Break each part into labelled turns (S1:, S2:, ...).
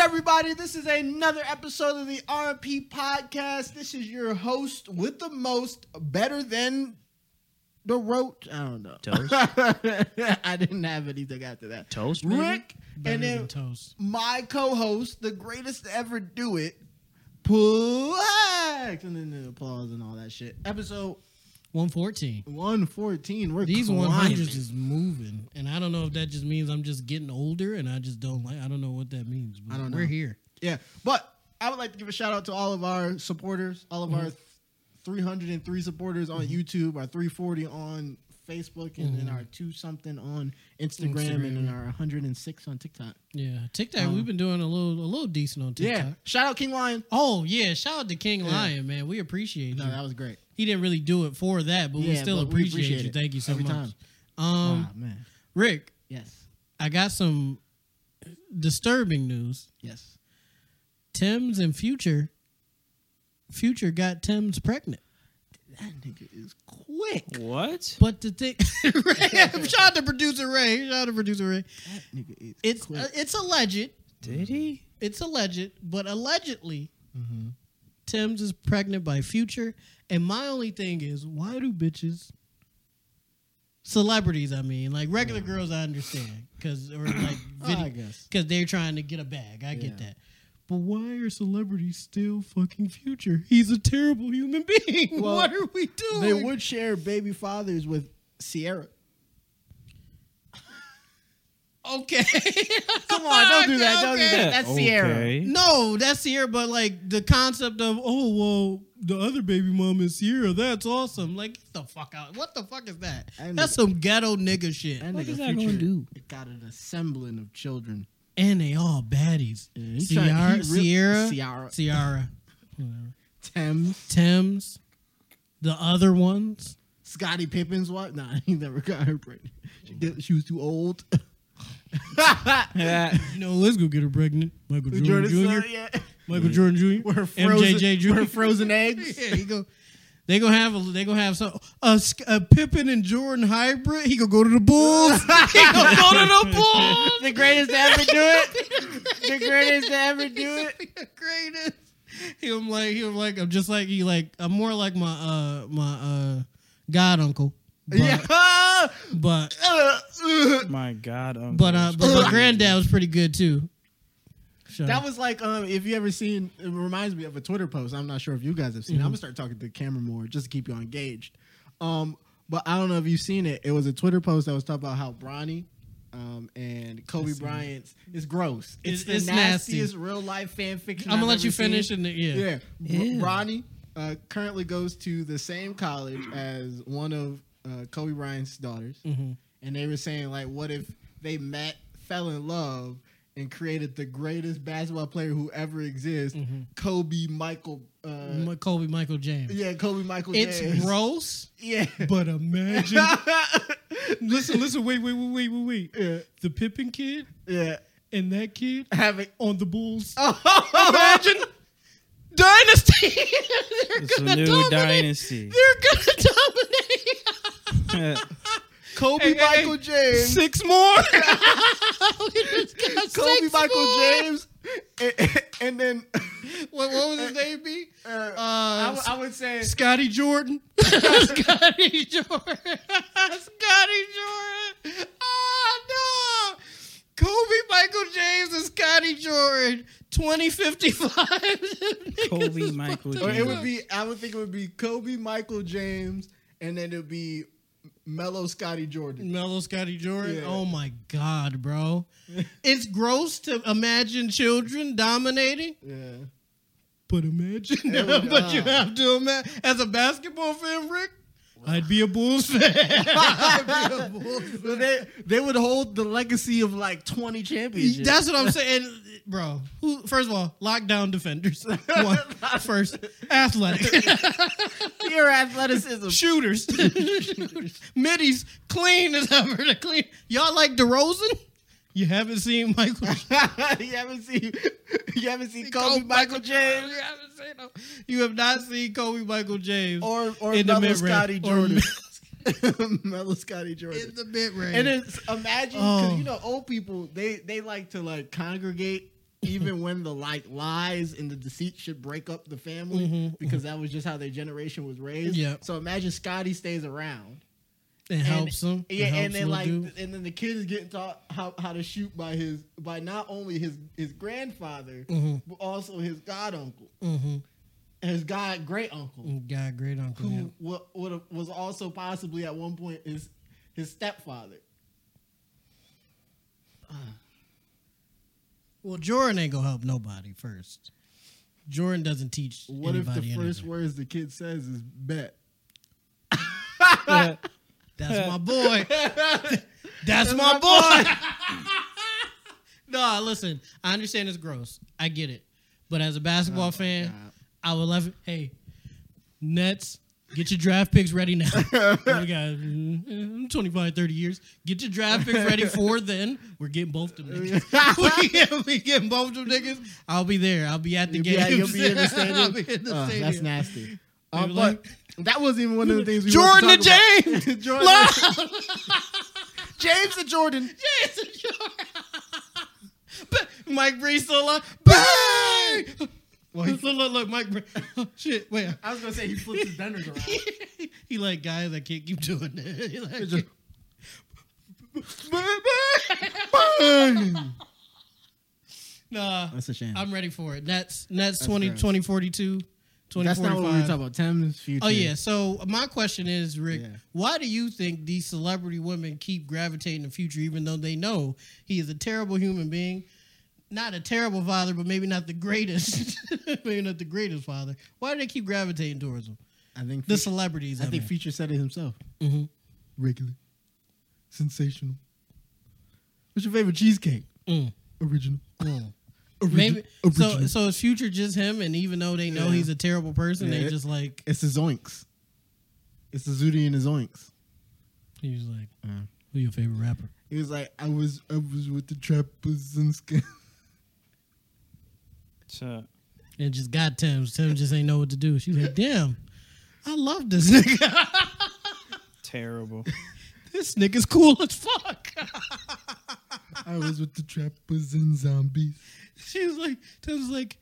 S1: everybody. This is another episode of the RP podcast. This is your host with the most, better than the rote. I don't know.
S2: Toast?
S1: I didn't have anything after that.
S2: Toast, maybe?
S1: Rick,
S3: Better
S1: and
S3: than
S1: then
S3: toast.
S1: my co-host, the greatest to ever do it, Plex, and then the applause and all that shit. Episode
S3: 114.
S1: one fourteen. We're
S3: These
S1: climbing.
S3: 100s is moving. And I don't know if that just means I'm just getting older and I just don't like I don't know what that means. But
S1: I don't know.
S3: We're here.
S1: Yeah, but I would like to give a shout out to all of our supporters, all of our 303 supporters on YouTube, our 340 on Facebook, and then our two something on Mm-hmm. Instagram, and then
S3: Instagram.
S1: our 106 on TikTok.
S3: Yeah. Uh-huh. TikTok,
S1: Um,
S3: we've been doing a little a little decent on TikTok.
S1: Yeah, shout out King Lion.
S3: Oh yeah, shout out to King
S1: Yeah.
S3: Lion, man. We appreciate
S1: No,
S3: you.
S1: that was great.
S3: he didn't really do it for that, but we
S1: Yeah,
S3: still
S1: but we
S3: appreciate,
S1: appreciate
S3: you.
S1: it
S3: Thank you so
S1: every
S3: much.
S1: time.
S3: Um
S1: ah man,
S3: Rick,
S1: yes,
S3: I got some disturbing news.
S1: yes.
S3: Tim's and Future Future got Tim's pregnant.
S1: That nigga is quick.
S2: What?
S3: But the thing, Ray, shout out to producer Ray. Shout out to producer Ray.
S1: That nigga is
S3: It's
S1: quick.
S3: uh, it's alleged.
S2: Did he?
S3: It's alleged, but allegedly,
S1: Mm-hmm.
S3: Tim's is pregnant by Future. And my only thing is, why do bitches, celebrities? I mean, like regular girls, I understand because or like
S1: Oh, Mm. I
S3: video
S1: guess.
S3: because they're trying to get a bag. I get
S1: Yeah.
S3: that. But why are celebrities still fucking future? He's a terrible human being.
S1: Well,
S3: what are we doing?
S1: They would share baby fathers with Sierra.
S3: Okay.
S1: Come on, don't do that. Don't do
S3: Okay.
S1: that. That's Sierra.
S2: Okay.
S3: No, that's Sierra, but like the concept of, oh, well, the other baby mom is Sierra. That's awesome. Like, get the fuck out. What the fuck is that?
S1: That
S3: That's
S1: nigga-
S3: some ghetto nigga shit.
S1: That
S3: And,
S2: What
S1: nigga
S2: is that gonna
S1: Future
S2: do?
S1: Got an assembling of children.
S3: they all baddies.
S1: Yeah, he
S3: Sierra,
S1: tryna- he real-
S3: Sierra,
S1: Ciara.
S3: Sierra,
S1: Thames,
S3: Tim's, the other ones.
S1: Scottie Pippen's wife. Nah, he never got her pregnant. She, did- she was too old.
S2: Yeah.
S3: You know, let's go get her pregnant. Michael Jordan,
S1: Jordan
S3: Jr.
S1: Son, yeah.
S3: Michael Jordan Jr.
S1: Were her frozen,
S3: MJJ Jr.
S1: were her frozen eggs.
S3: Yeah, he go. They gonna have a, they gonna have some a, Sk- a Pippen and Jordan hybrid. He gonna go to the Bulls. he gonna go to the Bulls.
S1: the greatest to ever do it. The greatest to ever do it.
S3: the greatest. He was like he was like I'm just like he like I'm more like my uh my uh god uncle. But,
S1: Yeah.
S3: but
S2: My God. Uncle.
S3: but uh but my granddad was pretty good too. Shut
S1: That
S3: up.
S1: was like um, if you ever seen. It reminds me of a Twitter post. I'm not sure if you guys have seen. it. I'm gonna start talking to the camera more just to keep you engaged. Um, but I don't know if you've seen it. It was a Twitter post that was talking about how Bronny, um, and Kobe Bryant's is gross. It's,
S3: It's-
S1: the
S3: it's nasty.
S1: nastiest real life fan fiction.
S3: I'm
S1: I've
S3: gonna let
S1: ever
S3: you
S1: seen.
S3: finish and then- yeah.
S1: Yeah, Br-
S2: Ew.
S1: Bronny uh, currently goes to the same college as one of uh, Kobe Bryant's daughters,
S3: Mm-hmm.
S1: and they were saying like, what if they met, fell in love, and created the greatest basketball player who ever exists, Kobe Michael. Uh,
S3: My Kobe Mm-hmm. Michael James.
S1: yeah, Kobe Michael.
S3: It's
S1: James.
S3: gross,
S1: Yeah.
S3: but imagine. listen, listen, wait, wait, wait, wait, wait, wait.
S1: yeah,
S3: The Pippin kid
S1: yeah.
S3: and that kid
S1: Having
S3: on the Bulls.
S1: oh,
S3: Imagine dynasty. They're
S2: It's a
S3: gonna
S2: new
S3: dominate.
S2: dynasty.
S3: They're gonna dominate.
S1: Kobe
S3: Hey, hey,
S1: Michael
S3: hey.
S1: James.
S3: Six more. we just got
S1: Kobe
S3: six
S1: Michael
S3: more.
S1: James, and, and then
S3: What, what was his name? Be
S1: uh,
S3: Uh,
S1: I would- I would say
S3: Scotty Jordan. Scotty Jordan. Scotty Jordan. Oh no. Kobe Michael James and Scotty Jordan, 2055.
S2: Kobe Michael
S1: Or
S2: Jordan.
S1: it would be, I would think it would be Kobe, Michael James, and then it would be Mellow Scotty Jordan.
S3: Mellow Scotty Jordan.
S1: Yeah.
S3: Oh my God, bro. it's gross to imagine children dominating,
S1: Yeah.
S3: but imagine.
S1: It would-
S3: but you
S1: uh.
S3: have to imagine. As a basketball fan, Rick, I'd be a Bulls fan.
S1: But they, they would hold the legacy of like 20 championships.
S3: That's what I'm saying, bro. Who? First of all, lockdown defenders. One, first, athletic
S1: pure athleticism.
S3: shooters, middies, clean as ever. They're Clean. Y'all like DeRozan? You haven't seen Michael
S1: you haven't seen, you haven't seen Kobe, Michael James,
S3: You haven't seen him. You have not seen Kobe Michael James
S1: or or
S3: In the
S1: Mellow
S3: mid-range.
S1: Scotty
S3: Or
S1: Jordan. Mellow Scotty Jordan.
S3: in the mid range.
S1: And then s- imagine, because
S3: Oh.
S1: you know, old people they they like to like congregate even when the like lies and the deceit should break up the family
S3: Mhm,
S1: because that was just how their generation was raised.
S3: Yep.
S1: So imagine Scotty stays around.
S3: It helps him. It
S1: Yeah,
S3: helps
S1: and then
S3: him
S1: like,
S3: do-
S1: and then the kid is getting taught how, how to shoot by his by not only his his grandfather
S3: Mhm.
S1: but also his god uncle,
S3: Mhm.
S1: his god great uncle,
S3: Mm, God, great uncle. yeah.
S1: who wa- would was also possibly at one point his his stepfather.
S3: Well, Jordan ain't gonna help nobody first. Jordan doesn't teach
S1: What if the
S3: anybody
S1: first
S3: anything.
S1: words the kid says is bet?
S3: That's my boy. That's my boy. no, listen. I understand it's gross. I get it. But as a basketball
S1: Oh,
S3: fan,
S1: God.
S3: I would love it. Hey, Nets, get your draft picks ready now. we got mm, 25, 30 years. Get your draft picks ready for then. We're getting both them niggas. we, get, we getting both them niggas. I'll be there. I'll be at the
S1: You'll
S3: game.
S1: be at- you'll be in the stadium?
S3: I'll be in the
S1: Uh,
S3: stadium.
S1: that's nasty. Uh,
S3: Maybe
S1: but that wasn't even one of the things we
S3: Jordan
S1: wanted to
S3: and
S1: talk
S3: James.
S1: about. Jordan,
S3: Love.
S1: James and Jordan.
S3: James and Jordan. But Mike Bree still alive. Bang! look, look, look, Mike Bree. Oh, shit, wait.
S1: I was gonna say he flips his benders around.
S3: he like, guys, I can't keep doing this. He like,
S1: just-
S3: nah,
S1: That's a shame.
S3: I'm ready for it. Nets, Nets
S1: That's
S3: 20,
S1: gross.
S3: 2042,
S1: That's not what we were
S3: 2045.
S1: talking about. Thames future.
S3: Oh yeah. So my question is, Rick,
S1: Yeah.
S3: why do you think these celebrity women keep gravitating to Future, even though they know he is a terrible human being, not a terrible father, but maybe not the greatest, maybe not the greatest father? Why do they keep gravitating towards him?
S1: I think
S3: The
S1: future,
S3: celebrities.
S1: I think future said it himself.
S3: hmm
S1: Regular, sensational. What's your favorite cheesecake?
S3: Mm.
S1: Original.
S3: Mm.
S1: Origi-
S3: Maybe so.
S1: original.
S3: So is Future just him, and even though they know
S1: Yeah.
S3: he's a terrible person,
S1: Yeah.
S3: they just like
S1: it's the Zoinks. It's the Zooty and the Zoinks.
S3: he was like,
S1: Yeah.
S3: "Who your favorite rapper?"
S1: He was like, I was, I was with the trappers and skin.
S2: So,
S3: And just got Tim. Tim just ain't know what to do. She was like, "Damn, I love this nigga."
S2: terrible.
S3: This nigga's cool as fuck.
S1: I was with the trappers and zombies.
S3: She was like, Tim's like,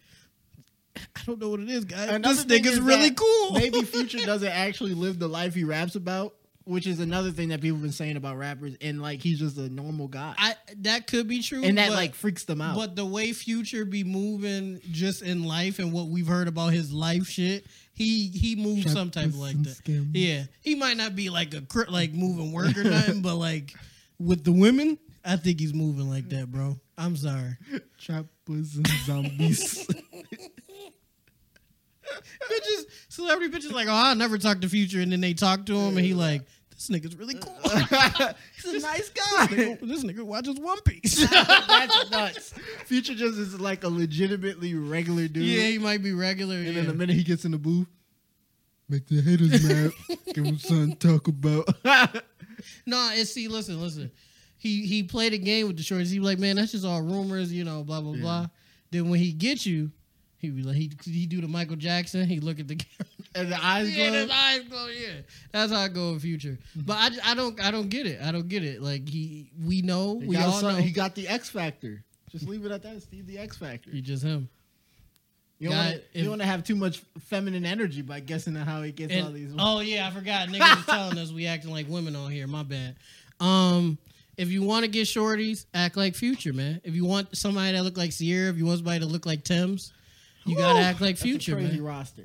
S3: I don't know what it is, guys.
S1: Another
S3: this
S1: thing
S3: nigga's
S1: is
S3: really
S1: that
S3: cool.
S1: Maybe Future doesn't actually live the life he raps about, which is another thing that people have been saying about rappers. And like, he's just a normal guy,
S3: I that could be true.
S1: and that
S3: but-
S1: like freaks them out.
S3: But the way Future be moving just in life and what we've heard about his life shit, he he moves some type of like that. Yeah, he might not be like a cr- like moving work or nothing, but like with the women, I think he's moving like that, bro. I'm sorry,
S1: trappers and zombies.
S3: bitches, celebrity bitches like, oh, I never talk to Future, and then they talk to him, and he like, this nigga's really cool.
S1: he's a nice guy.
S3: this nigga watches One Piece.
S1: That's nuts. Future just is like a legitimately regular dude.
S3: yeah, he might be regular.
S1: And
S3: yeah.
S1: then the minute he gets in the booth, make the haters mad. Give him something to talk about.
S3: no, it's see, listen, listen. He he played a game with the shorts. He was like, man, that's just all rumors, you know, blah blah
S1: Yeah.
S3: blah. Then when he gets you, he be like, he he do the Michael Jackson. He look at the camera.
S1: and the eyes
S3: Yeah,
S1: glow.
S3: his eyes glow. Yeah, that's how I go in future.
S1: Mm-hmm.
S3: But I, j- I don't I don't get it. I don't get it. Like he we know
S1: He
S3: we
S1: got
S3: all
S1: some-
S3: know
S1: He got the X Factor. Just leave it at that, Steve. The X Factor.
S3: he just him.
S1: You don't, wanna,
S3: God,
S1: you
S3: if-
S1: want to have too much feminine energy by guessing at how he gets all
S3: And-
S1: these.
S3: Oh yeah, I forgot. Niggas is telling us we acting like women on here. My bad. Um, if you want to get shorties, act like Future, man. If you want somebody that look like Sierra, if you want somebody to look like Tim's, you
S1: Woo!
S3: gotta act like
S1: That's a
S3: Future,
S1: crazy
S3: man.
S1: roster.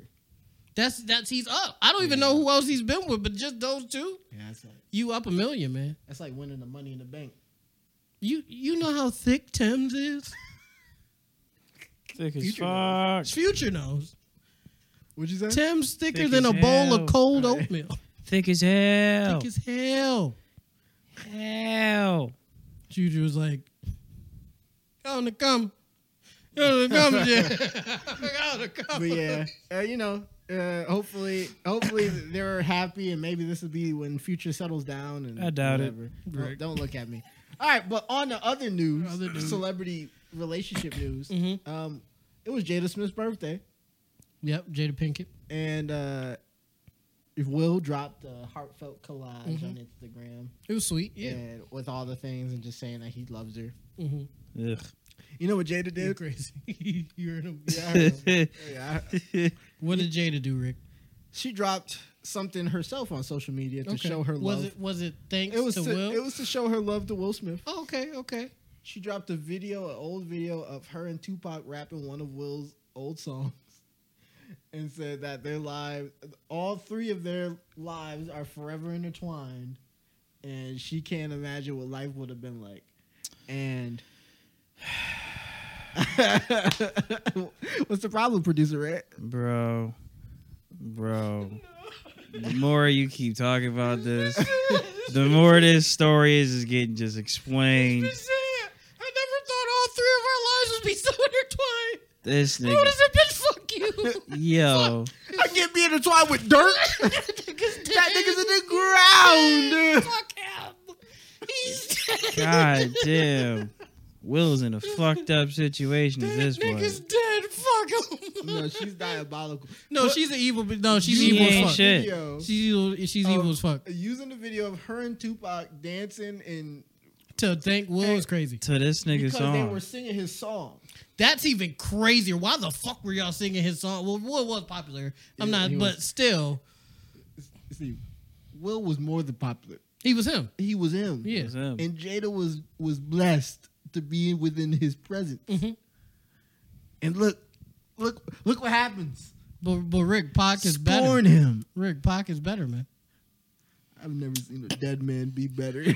S3: That's that's he's up. I don't even know who else he's been with, but just those two,
S1: Yeah, that's like
S3: you up a million, man.
S1: that's like winning the money in the bank.
S3: You you know how thick Tim's is.
S2: Thick as
S1: Future
S2: fuck.
S3: Future knows.
S1: Would you say?
S3: Tim's thicker
S2: Thick
S3: than a
S2: as
S3: bowl
S2: hell.
S3: of cold oatmeal.
S2: Thick as hell.
S3: Thick as hell.
S2: hell.
S3: Juju was like, "Y'all to come, y'all to come, yeah, y'all to come."
S1: but yeah, uh, you know, uh, hopefully, hopefully they're happy, and maybe this will be when Future settles down. And
S2: I doubt it.
S1: whatever. Don't, don't look at me. All right, but on the other news,
S3: Other news.
S1: celebrity relationship news.
S3: Mhm.
S1: Um, it was Jada Smith's birthday,
S3: Yep, Jada Pinkett.
S1: and uh, if Will dropped a heartfelt collage
S3: Mhm.
S1: on Instagram,
S3: It was sweet. Yeah.
S1: and with all the things, and just saying that he loves her.
S3: hmm
S2: Ugh.
S1: You know what Jada
S3: You're
S1: did?
S3: crazy. you heard him.
S1: Yeah, I heard him. Yeah, I-
S3: What did Jada do, Rick?
S1: she dropped something herself on social media to show her
S3: was
S1: love.
S3: it was it thanks
S1: It was
S3: to,
S1: to,
S3: Will?
S1: it was to show her love to Will Smith.
S3: oh, okay, okay.
S1: She dropped a video, an old video of her and Tupac rapping one of Will's old songs, and said that their lives, all three of their lives, are forever intertwined, and she can't imagine what life would have been like. And what's the problem, producer? Red?
S2: Bro. Bro. The more you keep talking about this, the more this story is, is getting just
S3: I
S2: explained.
S3: never thought all three of our lives would be so intertwined.
S2: This
S3: What
S2: nigga.
S3: has it been? Fuck you.
S2: Yo.
S1: I can't be intertwined with dirt. that nigga's in the ground.
S3: Fuck him. He's dead.
S2: God damn. Will's in a fucked up situation at this
S3: nigga's
S2: point.
S3: dead. Fuck him.
S1: No, she's diabolical.
S3: No, she's an evil. bi- No, she's
S2: She
S3: evil as
S2: ain't
S3: fuck.
S2: shit.
S1: Video.
S3: She's evil. She's
S1: Oh.
S3: evil as fuck.
S1: using the video of her and Tupac dancing and
S3: To think Will is crazy.
S2: To this nigga
S1: because they
S2: song.
S1: were singing his song.
S3: That's even crazier. Why the fuck were y'all singing his song? Well, Will was popular. I'm
S1: Yeah,
S3: not,
S1: he
S3: but
S1: was.
S3: still,
S1: See, Will was more than popular.
S3: he was him.
S1: He was him.
S3: Yeah.
S2: It's him.
S1: And Jada was was blessed to be within his presence.
S3: Mhm.
S1: And look, look, look what happens.
S3: But but Rick Pac is better.
S1: Scorn him.
S3: Rick Pac is better, man.
S1: I've never seen a dead man be better.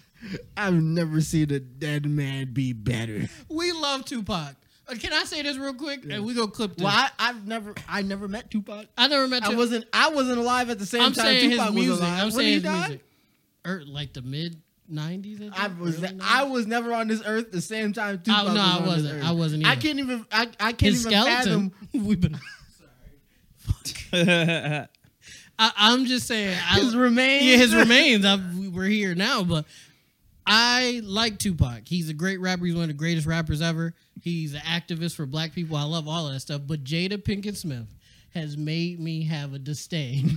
S1: I've never seen a dead man be better.
S3: We love Tupac. Uh, can I say this real quick?
S1: Yeah.
S3: And we go clip this.
S1: Well, I, I've never, I never met Tupac.
S3: I never met.
S1: I
S3: Tupac.
S1: wasn't, I wasn't alive at the same
S3: I'm
S1: time.
S3: saying
S1: Tupac
S3: his
S1: was
S3: music.
S1: alive.
S3: I'm
S1: When
S3: saying
S1: he
S3: his
S1: died?
S3: music. Or like the mid '90s.
S1: I was
S3: Early
S1: I
S3: 90s?
S1: was never on this earth the same time Tupac
S3: Oh, no, I
S1: was on this
S3: wasn't.
S1: earth.
S3: I wasn't
S1: I
S3: either.
S1: can't even. I, I can't
S3: his
S1: even
S3: skeleton.
S1: fathom
S3: We've been. I, I'm just saying. I,
S1: his remains.
S3: yeah, his remains. I, we're here now, but I like Tupac. He's a great rapper. He's one of the greatest rappers ever. He's an activist for Black people. I love all of that stuff. But Jada Pinkett Smith has made me have a disdain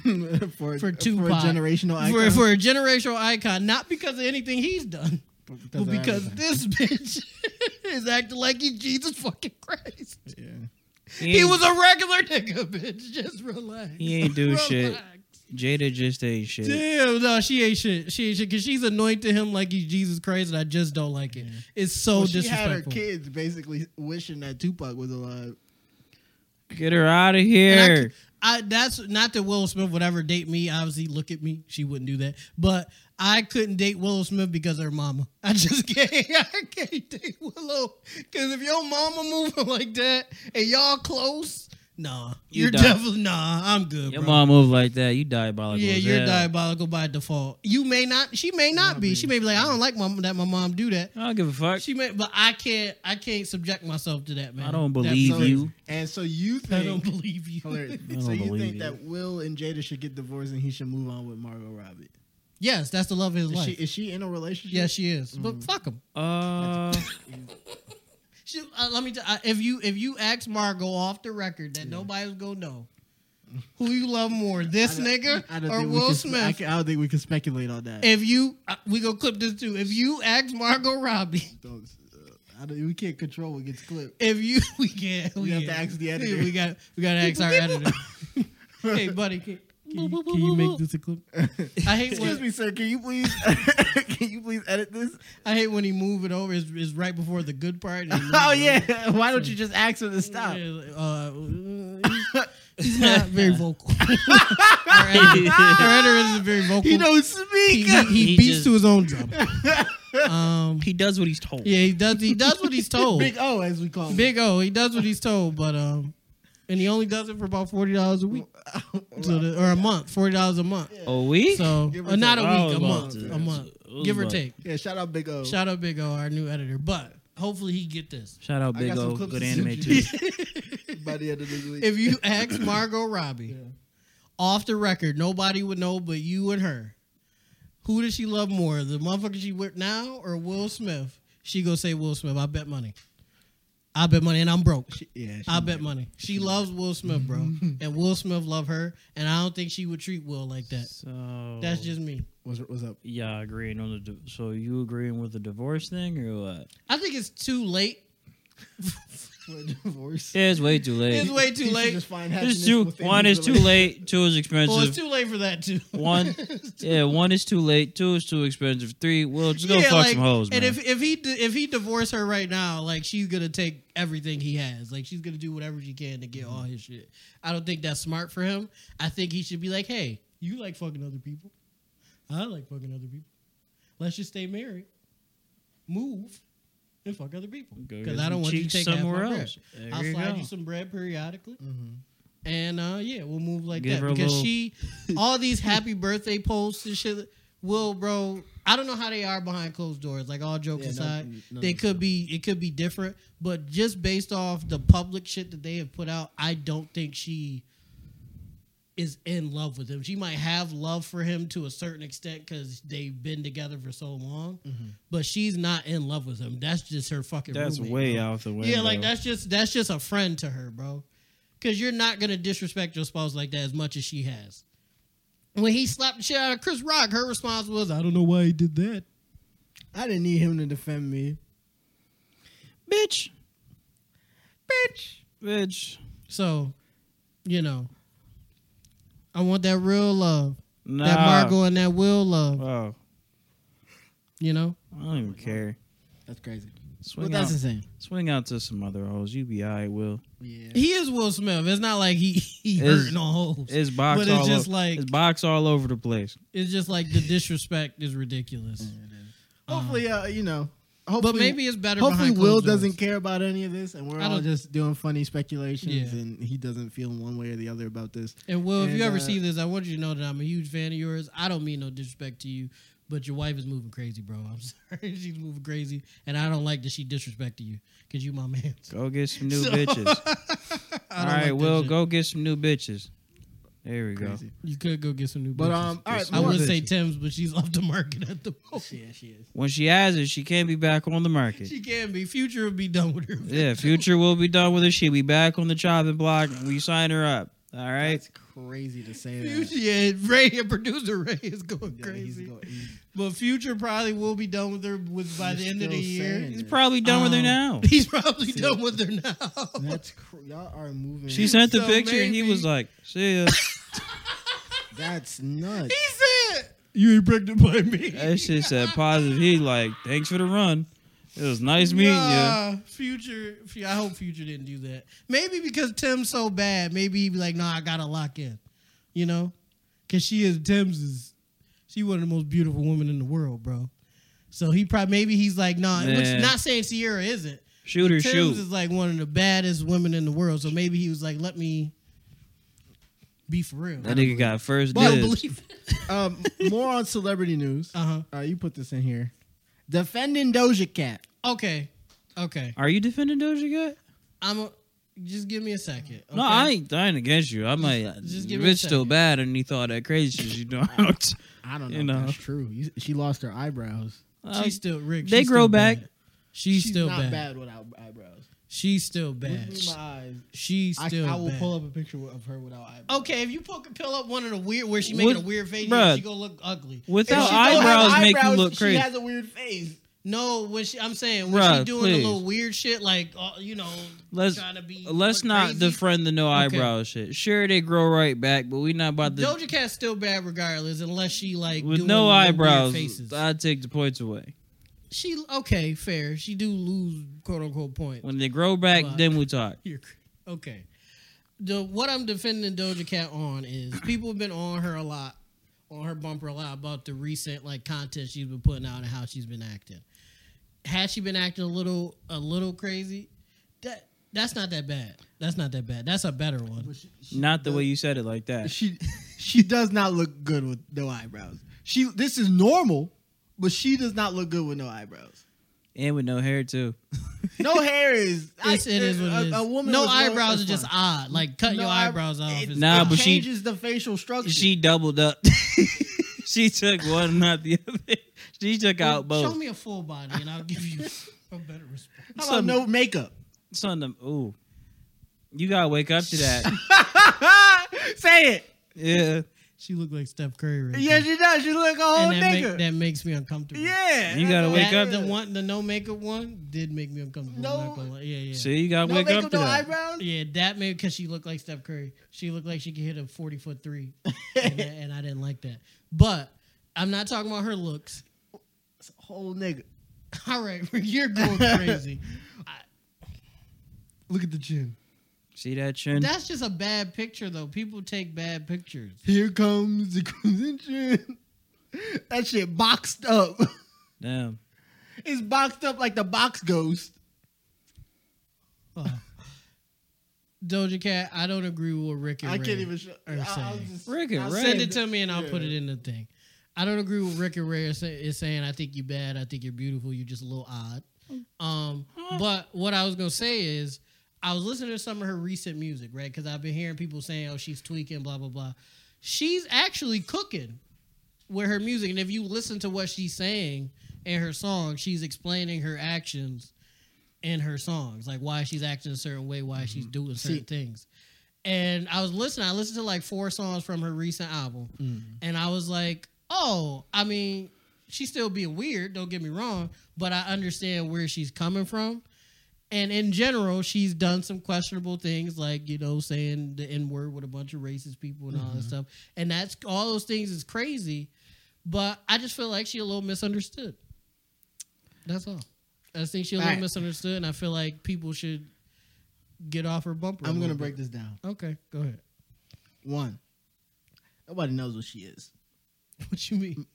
S1: for
S3: for
S1: for
S3: Tupac,
S1: a generational
S3: for,
S1: icon.
S3: for a generational icon, not because of anything he's done, but
S1: Doesn't
S3: because
S1: matter.
S3: this bitch is acting like he's Jesus fucking Christ.
S1: yeah.
S3: He was a regular nigga, bitch. Just relax.
S2: He ain't do
S3: Relax.
S2: shit. Jada just ain't shit.
S3: Damn, no, she ain't shit. She ain't shit because she's anointed him like he's Jesus Christ, and I just don't like it. It's so
S1: Well, she had her
S3: disrespectful.
S1: kids basically wishing that Tupac was alive.
S2: Get her out of
S3: And I
S2: here.
S3: c- I, that's not that Will Smith would ever date me. Obviously, look at me. She wouldn't do that. But I couldn't date Willow Smith because of her mama. I just can't. I can't date Willow because if your mama moving like that and y'all close, nah,
S2: You
S3: you are
S2: done.
S3: definitely nah. I'm good,
S2: Your
S3: bro.
S2: mom moved like that. You diabolical.
S3: Yeah,
S2: as
S3: you're
S2: hell.
S3: diabolical by default. You may not. She may not be. She may be like, I don't like my, that my mom do that.
S2: I don't give a fuck.
S3: She may, but I can't. I can't subject myself to that, man.
S2: I don't
S3: That-
S2: believe
S1: So-
S2: you.
S1: And so you think.
S3: I don't believe you.
S1: Hilarious.
S2: don't
S1: so you
S2: believe
S1: think
S2: you.
S1: that Will and Jada should get divorced and he should move on with Margot Robbie?
S3: Yes, that's the love of his
S1: Is
S3: life.
S1: she, Mm-hmm. is she in a relationship?
S3: yes, she is. But fuck him.
S2: Uh,
S3: She, uh, let me. T- uh, if you if you ask Margot off the record that nobody's gonna know who you love more, this
S1: don't-
S3: nigga
S1: I don't
S3: or
S1: think we
S3: Will
S1: can- I,
S3: Smith.
S1: can- I don't think we can speculate on that.
S3: if you uh, we gonna clip this too. If you ask Margot Robbie,
S1: Don't- uh, I don't- we can't control what gets clipped.
S3: if you we can't
S1: We have to
S3: can't.
S1: ask the editor.
S3: We got we gotta ask our editor. hey buddy, can, can you, can you make this a clip? I hate
S1: Excuse
S3: when,
S1: me, sir. Can you please can you please edit this?
S3: I hate when he move it over. Is is right before the good part. and he move
S1: Oh
S3: it
S1: yeah. Why don't you just ask him to stop?
S3: Yeah, uh, he's not very vocal. Our editor- our editor isn't very vocal.
S1: He don't
S3: he,
S1: speak.
S3: he- he
S2: He just-
S3: beats to his own drum. Um,
S2: he does what he's told.
S3: yeah, he does. He does what he's told.
S1: Big O, as we call him.
S3: Big O, he does what he's told, but um, and he only does it for about forty dollars a week, so the, or a month, forty dollars a month.
S2: A week?
S3: So
S1: Give or
S3: uh, not a
S1: take.
S2: I
S3: week,
S2: was
S3: a
S2: about
S3: month,
S2: to-
S3: a month,
S2: I was
S3: give or
S2: about-
S3: take.
S1: Yeah, shout out Big O.
S3: Shout out Big O, our new editor, but hopefully he get this.
S2: Shout out
S1: I
S2: Big
S1: got some
S2: O.
S1: clips
S2: Good
S1: to
S2: anime
S1: send
S2: too.
S1: you. by the end of the week.
S3: if you ask Margot Robbie, off the record, nobody would know but you and her. Who does she love more, the motherfucker she with now or Will Smith? She gonna say Will Smith. I bet money. I bet money, and I'm broke.
S1: yeah,
S3: I bet money. She loves Will Smith, bro, and Will Smith love her, and I don't think she would treat Will like that.
S2: So
S3: That's just me.
S1: what's, what's up?
S2: yeah, agreeing on the. di- So you agreeing with the divorce thing or what?
S3: I think it's too late
S1: for a divorce.
S2: Yeah, it's way too late.
S3: It's way
S1: You
S3: too
S1: should
S3: late.
S1: Just find
S2: There's
S1: happiness
S2: two.
S1: within
S2: One
S1: your
S2: is too
S1: relationship.
S2: late. Two is expensive.
S3: Well, it's too late for that too.
S2: One, yeah, one is too late. Two is too expensive. Three, we'll just go fuck
S3: like,
S2: some hoes, man.
S3: And if if he di- if he divorced her right now, like she's gonna take everything he has. Like she's gonna do whatever she can to
S2: Mm-hmm.
S3: get all his shit. I don't think that's smart for him. I think he should be like, hey, you like fucking other people. I like fucking other people. Let's just stay married, move, and fuck other people.
S2: Go
S3: Because
S2: get
S3: I
S2: some
S3: don't want you to
S2: cheeks
S3: take half my
S2: somewhere
S3: bread.
S2: else. There
S3: I'll
S2: you
S3: slide
S2: go.
S3: you some bread periodically.
S1: Mhm.
S3: And uh, yeah, we'll move like
S2: Give
S3: that
S2: her a
S3: because
S2: little-
S3: she, all these happy birthday posts and shit. Will bro, I don't know how they are behind closed doors. Like all jokes
S1: Yeah, no,
S3: aside,
S1: no,
S3: they
S1: no.
S3: could be it could be different. But just based off the public shit that they have put out, I don't think she is in love with him. She might have love for him to a certain extent because they've been together for so long, but she's not in love with him. That's just her fucking.
S2: Mm-hmm. That's
S3: roommate,
S2: way
S3: bro.
S2: out the way.
S3: Yeah, like that's just that's just a friend to her, bro. Cause you're not gonna disrespect your spouse like that as much as she has. When he slapped the shit out of Chris Rock, her response was, "I don't know why he did that."
S1: I didn't need him to defend me.
S2: bitch, bitch, bitch.
S3: So, you know, I want that real love,
S2: Nah.
S3: that Margot and that Will love.
S2: Oh,
S3: You know,
S2: I don't even care.
S1: That's crazy.
S2: Swing
S1: well,
S2: out,
S1: that's insane.
S2: swing out to some other hoes. You be alright, Will.
S1: Yeah.
S3: he is Will Smith. It's not like he he
S2: It's-
S3: hurting on holes.
S2: It's box
S3: But it's
S2: all
S3: just
S2: over.
S3: like-
S2: it's box all over the place.
S3: It's just like the disrespect is ridiculous. Um,
S1: Hopefully,
S3: Uh-huh.
S1: uh, you know. Hopefully,
S3: But maybe it's better.
S1: hopefully
S3: behind
S1: Will
S3: closed doors.
S1: doesn't care about any of this, and we're
S3: I
S1: all
S3: don't-
S1: just doing funny speculations,
S3: Yeah.
S1: and he doesn't feel one way or the other about this.
S3: And Will, if
S1: And,
S3: you ever
S1: uh,
S3: see this, I want you to know that I'm a huge fan of yours. I don't mean no disrespect to you, but your wife is moving crazy, bro. I'm sorry, she's moving crazy, and I don't like that she disrespected you because you my man.
S2: Go get some new
S3: So-
S2: bitches. All
S3: I don't
S2: right,
S3: like that
S2: Will,
S3: shit.
S2: go get some new bitches. There we
S1: Crazy.
S2: go.
S3: You could go get some new.
S1: But
S3: bitches.
S1: um, all right.
S3: I
S1: more
S3: would
S1: bitches.
S3: say Tim's, but she's off the market at the moment.
S1: yeah, she is.
S2: When she has it, she can't be back on the market.
S3: She can be. Future will be done with her.
S2: Yeah, future will be done with her. She'll be back on the chopping block. We sign her up. All right.
S1: It's crazy to say that.
S3: Future, yeah, Ray, your producer Ray is going
S1: Yeah, he's
S3: crazy.
S1: go- he's-
S3: but Future probably will be done with her with by
S1: You're
S3: the end of the
S1: still
S3: year.
S1: saying
S2: He's probably done with her
S3: Um,
S2: now.
S3: He's probably done with her now.
S1: that's cr- y'all are moving.
S2: She sent the
S3: so
S2: picture and he
S3: maybe-
S2: was like, see ya.
S1: that's nuts.
S3: He said, "You ain't pregnant by me."
S2: that shit said positive. He like, thanks for the run. It was nice meeting you.
S3: Nah, Future. Fu- I hope Future didn't do that. Maybe because Tim's so bad. Maybe he'd be like, "No, I gotta lock in," you know, because she is Tim's is she one of the most beautiful women in the world, bro. So he probably maybe he's like, "No," nah, which
S2: Man.
S3: not saying Sierra isn't.
S2: Shoot her,
S3: Tim's
S2: shoot.
S3: is like one of the baddest women in the world. So maybe he was like, "Let me be for real."
S2: That nigga got first
S3: I don't
S2: dibs.
S3: believe.
S1: Um, more on celebrity news.
S3: Uh huh.
S1: Uh, you put this in here. Defending Doja Cat.
S3: Okay. Okay.
S2: Are you defending Doja Cat?
S3: I'm a, just give me a second.
S2: No,
S3: okay?
S2: I ain't, I ain't against you. I'm like,
S3: Just
S2: just
S3: give
S2: give
S3: me a
S2: bitch still
S3: second.
S2: bad and he thought that crazy shit you doing. out.
S1: I don't know.
S2: You
S1: if
S2: know.
S1: That's true. You, she lost her eyebrows.
S3: She's still Rick.
S2: um, They
S3: she's
S2: grow
S3: still
S2: back.
S3: bad. She's, still
S1: not
S3: bad.
S1: bad. without eyebrows.
S3: She's still
S1: Look
S3: bad.
S1: me in my eyes.
S3: She's
S1: I,
S3: still.
S1: I will
S3: bad.
S1: pull up a picture of her without eyebrows.
S3: Okay, if you pull, pull up one of the weird where she
S2: What-
S3: making a weird face,
S2: Bruh.
S3: she gonna look ugly.
S1: If
S2: Without
S1: she don't have
S2: eyebrows make you look
S1: she
S2: crazy.
S1: has a weird face.
S3: No, when she, I'm saying when she
S2: Bruh,
S3: doing a
S2: please.
S3: little weird shit like uh, you know,
S2: Let's-
S3: trying to be.
S2: Let's
S3: look
S2: not
S3: crazy.
S2: defriend the no
S3: Okay.
S2: eyebrow shit. Sure, they grow right back, but we not about to.
S3: Doja Cat's still bad regardless, unless she like
S2: with
S3: doing
S2: no
S3: little weird
S2: eyebrows,
S3: Faces.
S2: I take the points away.
S3: she okay, fair. She do lose quote unquote points.
S2: When they grow back,
S3: Fuck.
S2: then we talk.
S3: You're cr- okay. The what I'm defending Doja Cat on is people have been on her a lot, on her bumper a lot about the recent like content she's been putting out and how she's been acting. Had she been acting a little a little crazy, that that's not that bad. That's not that bad. That's a better one.
S1: She,
S2: Not the way you said it like that.
S1: she she does not look good with no eyebrows. She this is normal, but she does not look good with no eyebrows.
S2: And with no hair too.
S1: No hair is.
S3: It's, it is what
S1: a,
S3: it is.
S1: a woman
S3: no
S1: with
S3: eyebrows are
S1: is
S3: just
S1: fine.
S3: odd. Like cut
S1: No
S3: your
S1: eye-
S3: eyebrows off.
S1: It,
S3: is-
S2: Nah,
S1: it
S2: but she-
S1: changes the facial structure.
S2: She doubled up. she took one, not the other. She took out
S3: Show
S2: both.
S3: me a full body and I'll give you a better response.
S1: How about
S2: some-
S1: no makeup?
S2: Son, them. Ooh, you gotta wake up to that.
S1: Say it.
S2: yeah,
S3: She looked like Steph Curry. Right
S4: Yeah,
S3: there.
S4: she does. She look a whole
S3: and that, make-
S4: nigga.
S3: that makes me uncomfortable.
S4: yeah.
S2: You gotta
S3: That-
S2: wake up.
S3: The one, the no makeup one, did make me uncomfortable.
S4: No-
S3: I'm not gonna lie. Yeah, yeah.
S2: See, you gotta
S4: No
S2: wake
S4: makeup,
S2: up to
S4: no
S2: that.
S4: eyebrows.
S3: Yeah, that made because she looked like Steph Curry. She looked like she could hit a forty foot three, and, I- and I didn't like that. But I'm not talking about her looks.
S4: Whole nigga.
S3: All right, you're going crazy.
S1: Look at the chin.
S2: See that chin?
S3: That's just a bad picture, though. People take bad pictures.
S1: Here comes the chin.
S4: That shit boxed up.
S2: Damn.
S4: it's boxed up like the box ghost.
S3: Doja Cat, I don't agree with what Rick and
S1: I
S3: Ray
S1: can't even. Show,
S3: are
S1: I, I was
S3: saying.
S1: just,
S2: Rick and Ray.
S3: Send it to me and I'll put
S1: Yeah.
S3: it in the thing. I don't agree with Rick and Ray are say, is saying I think you bad. I think you're beautiful. You're just a little odd. Um, but what I was gonna say is I was listening to some of her recent music, right? Because I've been hearing people saying, "Oh, she's tweaking," blah blah blah. She's actually cooking with her music, and if you listen to what she's saying in her song, she's explaining her actions in her songs, like why she's acting a certain way, why she's doing certain things. And I was listening. I listened to like four songs from her recent album,
S4: Mm-hmm.
S3: and I was like, "Oh, I mean, she's still being weird. Don't get me wrong, but I understand where she's coming from." And in general, she's done some questionable things, like you know, saying the N word with a bunch of racist people and all
S4: Mm-hmm.
S3: that stuff. And that's all those things is crazy, but I just feel like she a little misunderstood. That's all. I just think she a little
S1: Fact.
S3: misunderstood, and I feel like people should get off her bumper. a
S4: I'm gonna
S3: little
S4: break this down.
S3: bit. Okay, go ahead.
S4: One. Nobody knows what she is.
S3: What you mean?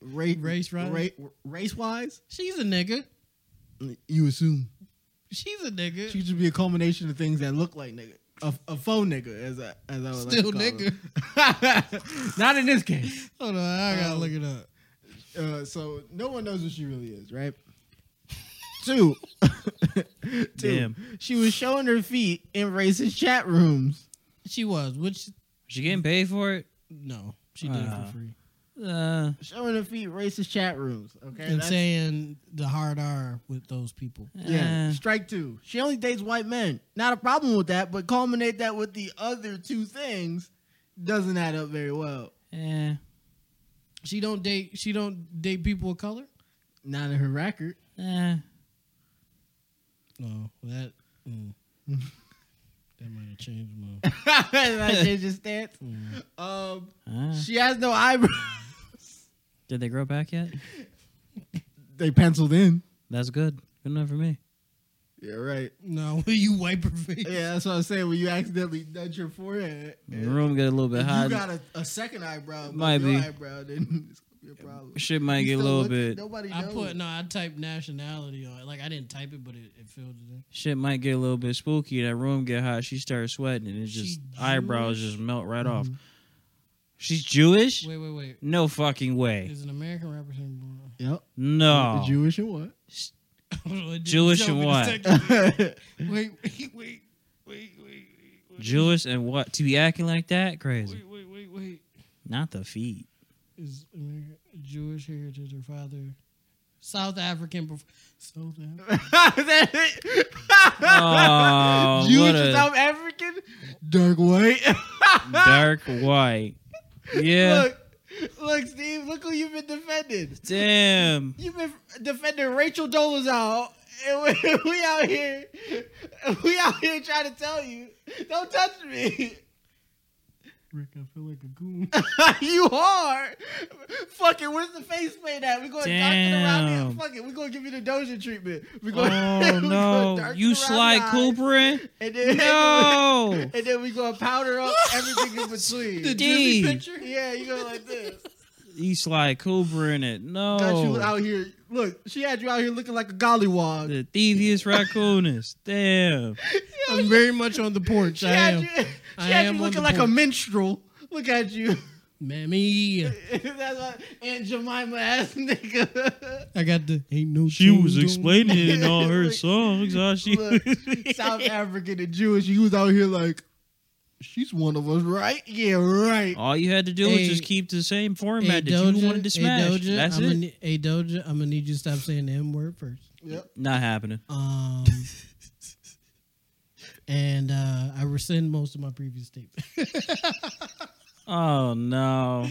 S1: race,
S3: Race-wise?
S1: race wise,
S3: She's a nigga.
S1: you assume
S3: She's a nigga.
S1: she should be a culmination of things that look like nigga, a, a faux nigga, as I as I was
S3: Still
S1: like to
S3: nigga.
S1: call it. Not in this case.
S3: Hold on, I gotta
S1: Um,
S3: look it up.
S1: Uh, so no one knows what she really is, right? Two, two.
S2: Damn.
S1: She was showing her feet in racist chat rooms.
S3: She was, which
S2: She getting paid for it?
S3: no, she did it
S2: Uh,
S3: for free.
S2: Uh,
S1: Showing her feet, racist chat rooms. Okay,
S3: And
S1: that's-
S3: saying the hard R with those people.
S1: Yeah,
S2: uh,
S1: strike two. She only dates white men. Not a problem with that, but culminate that with the other two things doesn't add up very well.
S2: eh,
S3: She don't date. She don't date people of color.
S1: Not in her record.
S2: eh.
S3: No, that mm. that might have changed my.
S1: that changes stance. Um,
S2: Uh,
S1: she has no eyebrows.
S2: did they grow back yet?
S1: They penciled in.
S2: That's good. Good enough for me.
S1: Yeah, right.
S3: No, you wipe her face.
S1: Yeah, that's what I'm saying. When you accidentally nudge your forehead,
S2: The room get a little bit
S1: you
S2: hot.
S1: got a, a second eyebrow. above
S2: Might
S1: your
S2: be.
S1: eyebrow, then it's gonna be a problem.
S2: Shit might
S1: You
S2: get a
S1: still
S2: little
S1: look-
S2: bit.
S1: Nobody
S3: I
S1: knows.
S3: put no. I typed nationality on. it. Like I didn't type it, but it, it filled it in.
S2: Shit might get a little bit spooky. That room get hot. She starts sweating, and it's
S3: She
S2: just eyebrows
S3: Jewish?
S2: just melt right off.
S1: Mm-hmm.
S2: She's Jewish?
S3: Wait, wait, wait.
S2: No fucking way.
S3: Is an American rapper saying born?
S1: Yep.
S2: No.
S1: Jewish and what?
S2: Jewish and what?
S3: Wait, wait, wait, wait, wait, wait,
S2: Jewish and what? To be acting like that? Crazy.
S3: wait, wait, wait, wait.
S2: Not the feet.
S3: Is American Jewish heritage her father? South African, prof- South African.
S2: Oh,
S1: Jewish
S2: what
S1: and
S2: a
S1: South African, dark white.
S2: dark white. Yeah.
S1: Look, look, Steve, look who you've been defending.
S2: Damn.
S1: You've been defending Rachel Dolezal, and we, we out here, we out here trying to tell you, don't touch me.
S3: Rick, I feel like a goon.
S1: you are. Fuck it. Where's the face paint at? We're going to darken around
S2: Damn.
S1: here. Fuck it. We're going to give you the Doja treatment. We're
S2: Oh no. You Sly Coopering?
S1: And then,
S2: No.
S1: And then we going to powder up everything in between.
S3: The
S2: D.
S3: Jersey picture.
S1: yeah, you go like this.
S2: You Sly Coopering it.
S1: Got you
S2: No.
S1: out here. Look, she had you out here looking like a gollywog.
S2: The thieviest raccoonist. Damn.
S3: I'm very much on the porch.
S1: She
S3: I
S1: had
S3: am.
S1: you, she
S3: I
S1: had
S3: am
S1: you
S3: on
S1: looking
S3: the
S1: like a
S3: porch.
S1: minstrel. Look at you.
S3: Mammy.
S1: That's what Aunt Jemima ass nigga.
S3: I got the ain't no.
S2: She was
S3: Jews on-
S2: explaining it in all her songs how she
S1: Look, South African and Jewish. You was out here like, she's one of us, right? Yeah, right.
S3: Oh.
S2: All you had to do was
S3: Hey,
S2: just keep the same
S3: Hey
S2: format that
S3: Doja,
S2: you wanted to smash.
S3: Hey Doja,
S2: That's
S3: I'm
S2: it.
S3: Gonna, hey Doja, I'm gonna need you to stop saying the M word first.
S1: Yep.
S2: Not happening.
S3: Um, and uh, I rescind most of my previous statements.
S2: Oh no.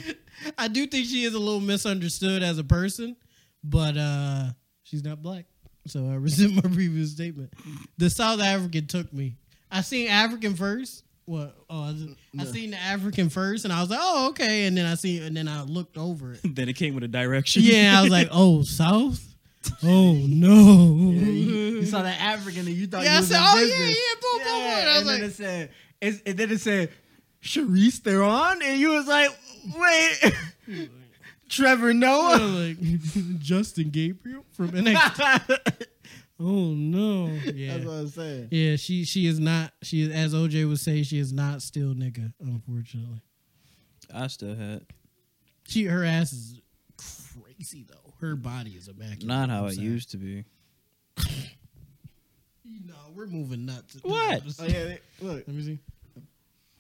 S3: I do think she is a little misunderstood as a person, but uh, she's not black. So I resent my previous statement. The South African took me. I seen African first. What? Oh, I, was- I seen the African first, and I was like, oh, okay. And then I see, and then I looked over it.
S2: then it came with a direction.
S3: Yeah, I was like, oh, South. Oh no.
S1: You, you saw that African and you thought
S3: Yeah, I
S1: you was
S3: said,
S1: in
S3: "Oh, yeah,
S1: business.
S3: yeah, boom, boom, boom."
S1: Yeah,
S3: I was
S1: and then
S3: like-
S1: it said, it's, and then it said, Charisse Theron, and you was like, wait, Trevor
S3: I
S1: Noah.
S3: was like Justin Gabriel from NXT. Oh no.
S1: That's what
S3: Yeah.
S1: I'm saying.
S3: Yeah, she she is not she is as OJ would say, she is not still nigga, unfortunately.
S2: I still had
S3: She her ass is crazy though. Her body is immaculate.
S2: not how
S3: I'm
S2: it
S3: sorry.
S2: used to be.
S3: No, we're moving nuts.
S2: What?
S1: Oh, yeah, they- look,
S3: Let me see.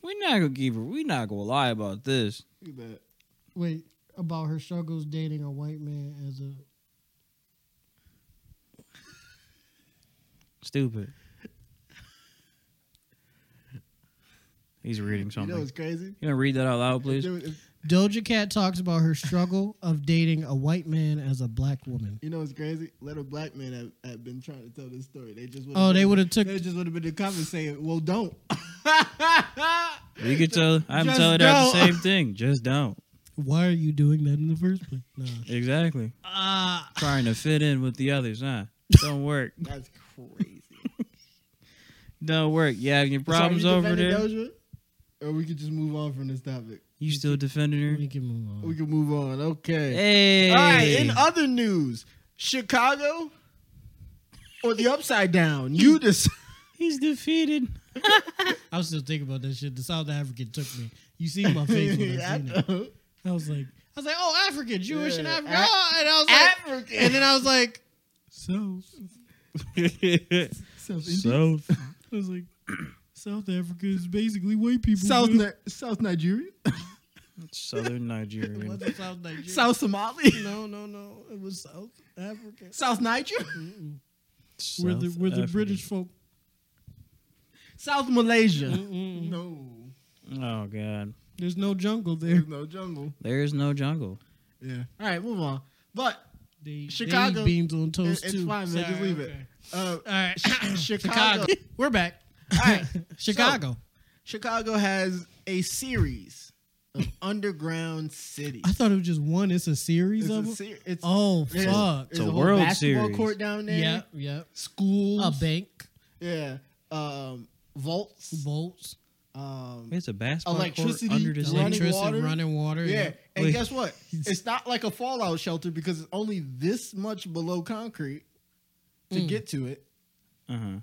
S2: We not gonna keep her. We not gonna lie about this.
S1: look at that.
S3: Wait, about her struggles dating a white man as a
S2: Stupid. He's reading
S1: You
S2: something.
S1: know
S2: You,
S1: what's crazy?
S2: gonna read that out loud, please?
S1: Dude, it's-
S3: Doja Cat talks about her struggle of dating a white man as a black woman.
S1: You know what's crazy? Let a black man have, have been trying to tell this story. They just would've
S3: Oh, they
S1: been-
S3: would have took
S1: They just would have been in the comments saying, "Well, don't."
S2: You could tell. I'm
S1: Just
S2: telling her the
S1: don't.
S2: same thing. Just don't.
S3: why are you doing that in the first place? No.
S2: Exactly.
S3: Uh,
S2: Trying to fit in with the others, huh? Don't work.
S1: That's crazy.
S2: Don't work. Yeah, your problems
S1: So, you
S2: over
S1: defending
S2: there.
S1: Doja? Or we could just move on from this topic.
S2: You still defending her?
S3: we can move on.
S1: We can move on. Okay.
S2: Hey.
S1: All right. In other news, Chicago or the upside down. You decide.
S2: He's defeated.
S3: I was still thinking about that shit. The South African took me. You see my face when I seen it. I was like, I was like, oh, African, Jewish, and
S1: Yeah,
S3: African.
S1: Af-
S3: oh, and I was like,
S1: African.
S3: and then I was like,
S1: so, South Indian-
S2: so
S3: I was like, South Africa is basically white people.
S1: South
S3: man.
S1: Ni- South Nigeria,
S2: Southern
S3: It
S2: Nigerian.
S3: wasn't South Nigeria.
S1: South Somali,
S3: No, no, no. It was South Africa.
S1: South Niger,
S3: Mm-mm.
S2: South
S3: We're the we're the
S2: African.
S3: British folk.
S1: South Malaysia.
S3: Mm-mm.
S1: No,
S2: Oh God.
S3: There's no jungle there.
S1: there's no jungle.
S2: There is no jungle.
S1: Yeah. All right, move on. But
S3: They,
S1: Chicago-
S3: They eat beans on toast
S1: it- it's
S3: too.
S1: fine, man. Just
S3: Sorry,
S1: leave it.
S3: okay.
S1: uh,
S3: All right,
S1: Chicago.
S3: We're back.
S1: All right.
S3: Chicago.
S1: Chicago has a series of underground cities.
S3: I thought it was just one. It's a series
S1: It's
S3: of
S1: a
S3: them.
S1: ser- it's-
S3: oh
S1: there's-
S3: fuck!
S1: there's
S2: a
S1: whole
S2: world
S1: basketball
S2: series.
S1: court down there.
S3: Yeah, yeah.
S1: Schools.
S3: A bank,
S1: Yeah. Um, vaults.
S3: bolts,
S1: Um,
S2: It's a basketball
S1: Electricity,
S2: court under the
S1: running
S2: sea.
S3: electricity,
S1: water.
S3: running water.
S1: yeah. And
S2: Wait.
S1: guess what? It's not like a fallout shelter because it's only this much below concrete to
S3: Mm.
S1: get to it,
S2: Uh-huh.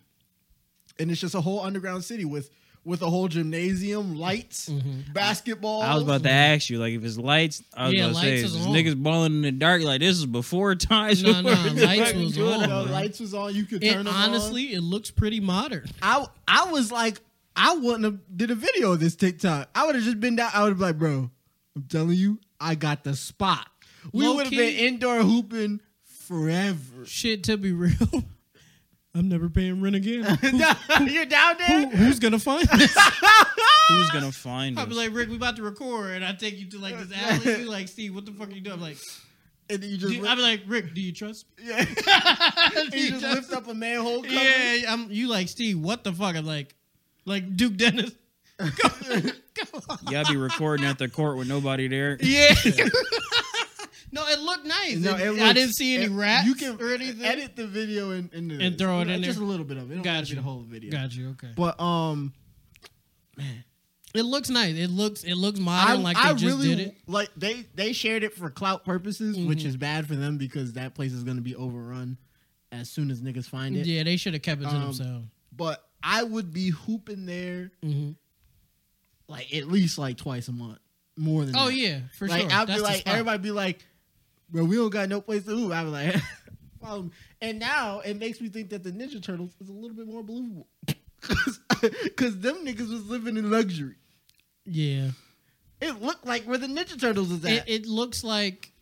S1: and it's just a whole underground city with with a whole gymnasium, lights,
S3: Mhm.
S1: basketball.
S2: I was about to ask you, like, if it's lights, I was
S3: Yeah,
S2: about to say,
S3: lights
S2: is
S3: is
S2: this
S3: on.
S2: niggas balling in the dark, like, this is before times.
S3: No,
S2: were-
S3: no, lights was
S1: Good,
S3: on.
S1: no,
S3: bro.
S1: lights was on. You could turn
S3: It
S1: them
S3: honestly, it looks pretty modern.
S1: on. I I was like, I wouldn't have did a video of this TikTok. I would have just been down. I would have been like, bro, I'm telling you, I got the spot. We
S3: Low
S1: would have
S3: key-
S1: been indoor hooping forever.
S3: Shit, to be real, I'm never paying rent again. Who,
S1: You're down
S3: who-
S1: there.
S3: who's gonna find this?
S2: Who's gonna find
S3: I'd
S2: us?
S3: be like, Rick, we about to record, and I take you to like this alley. You like, Steve, what the fuck are you doing? I'm like,
S1: And then you
S3: do
S1: just,
S3: you-
S1: lift,
S3: I'd be like, Rick, do you trust me?
S1: yeah. And
S3: Do you
S1: you just
S3: trust
S1: lift up a manhole cover.
S3: Yeah, I'm. You like Steve? What the fuck? I'm like, like Duke Dennis. Go, go on.
S2: Y'all be recording at the court with nobody there.
S3: Yeah. no, it looked nice.
S1: No, it
S3: I
S1: looks-
S3: didn't see any
S1: it-
S3: rats
S1: you can
S3: or anything.
S1: Edit the video and and,
S3: And throw it in
S1: just
S3: there.
S1: a little bit of it. it.
S3: Got
S1: Got to be
S3: you.
S1: the whole video.
S3: Got you. Okay.
S1: But um,
S3: It looks nice. It looks it looks
S1: I,
S3: modern. like they
S1: I
S3: just
S1: really
S3: did it.
S1: like they they shared it for clout purposes, which
S3: Mhm.
S1: is bad for them because that place is going to be overrun as soon as niggas find it.
S3: Yeah, they should have kept it to
S1: Um,
S3: themselves.
S1: But I would be hooping there
S3: hmm
S1: like at least like twice a month, more than
S3: Oh
S1: that.
S3: yeah, for
S1: like
S3: sure.
S1: I'd
S3: That's
S1: be
S3: the
S1: like
S3: spot.
S1: everybody be like, bro, we don't got no place to hoop. I'd be like, follow me. And now it makes me think that the Ninja Turtles is a little bit more believable. Cause them niggas was living in luxury.
S3: Yeah,
S1: It looked like where the Ninja Turtles is at.
S3: it, it looks like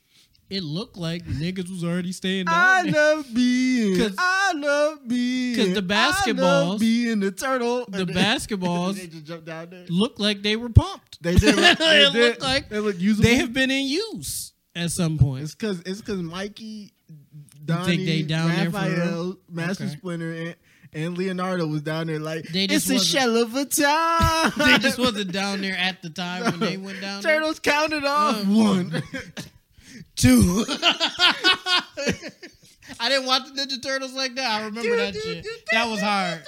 S3: it looked like niggas was already staying down
S1: I
S3: there.
S1: love being.
S3: 'Cause-
S1: I love being.
S3: 'cause the
S1: I
S3: basketballs-
S1: love being the turtle.
S3: The
S1: And then-
S3: basketballs-
S1: they just jumped down there.
S3: Looked like they were pumped.
S1: They did. Look, they
S3: It
S1: did-
S3: looked like
S1: they look usable.
S3: They have been in use at some point.
S1: It's cause it's cause Mikey, Donnie,
S3: they down there for real?
S1: Raphael, Master
S3: Okay.
S1: Splinter, and, and Leonardo was down there like
S3: They
S1: it's
S3: just
S1: a
S3: wasn't-
S1: shell of a time.
S3: they just wasn't down there at the time when they went down there.
S1: turtles counted off
S3: No.
S1: one.
S3: two. I didn't watch the Ninja Turtles like that. I remember that shit. That was hard.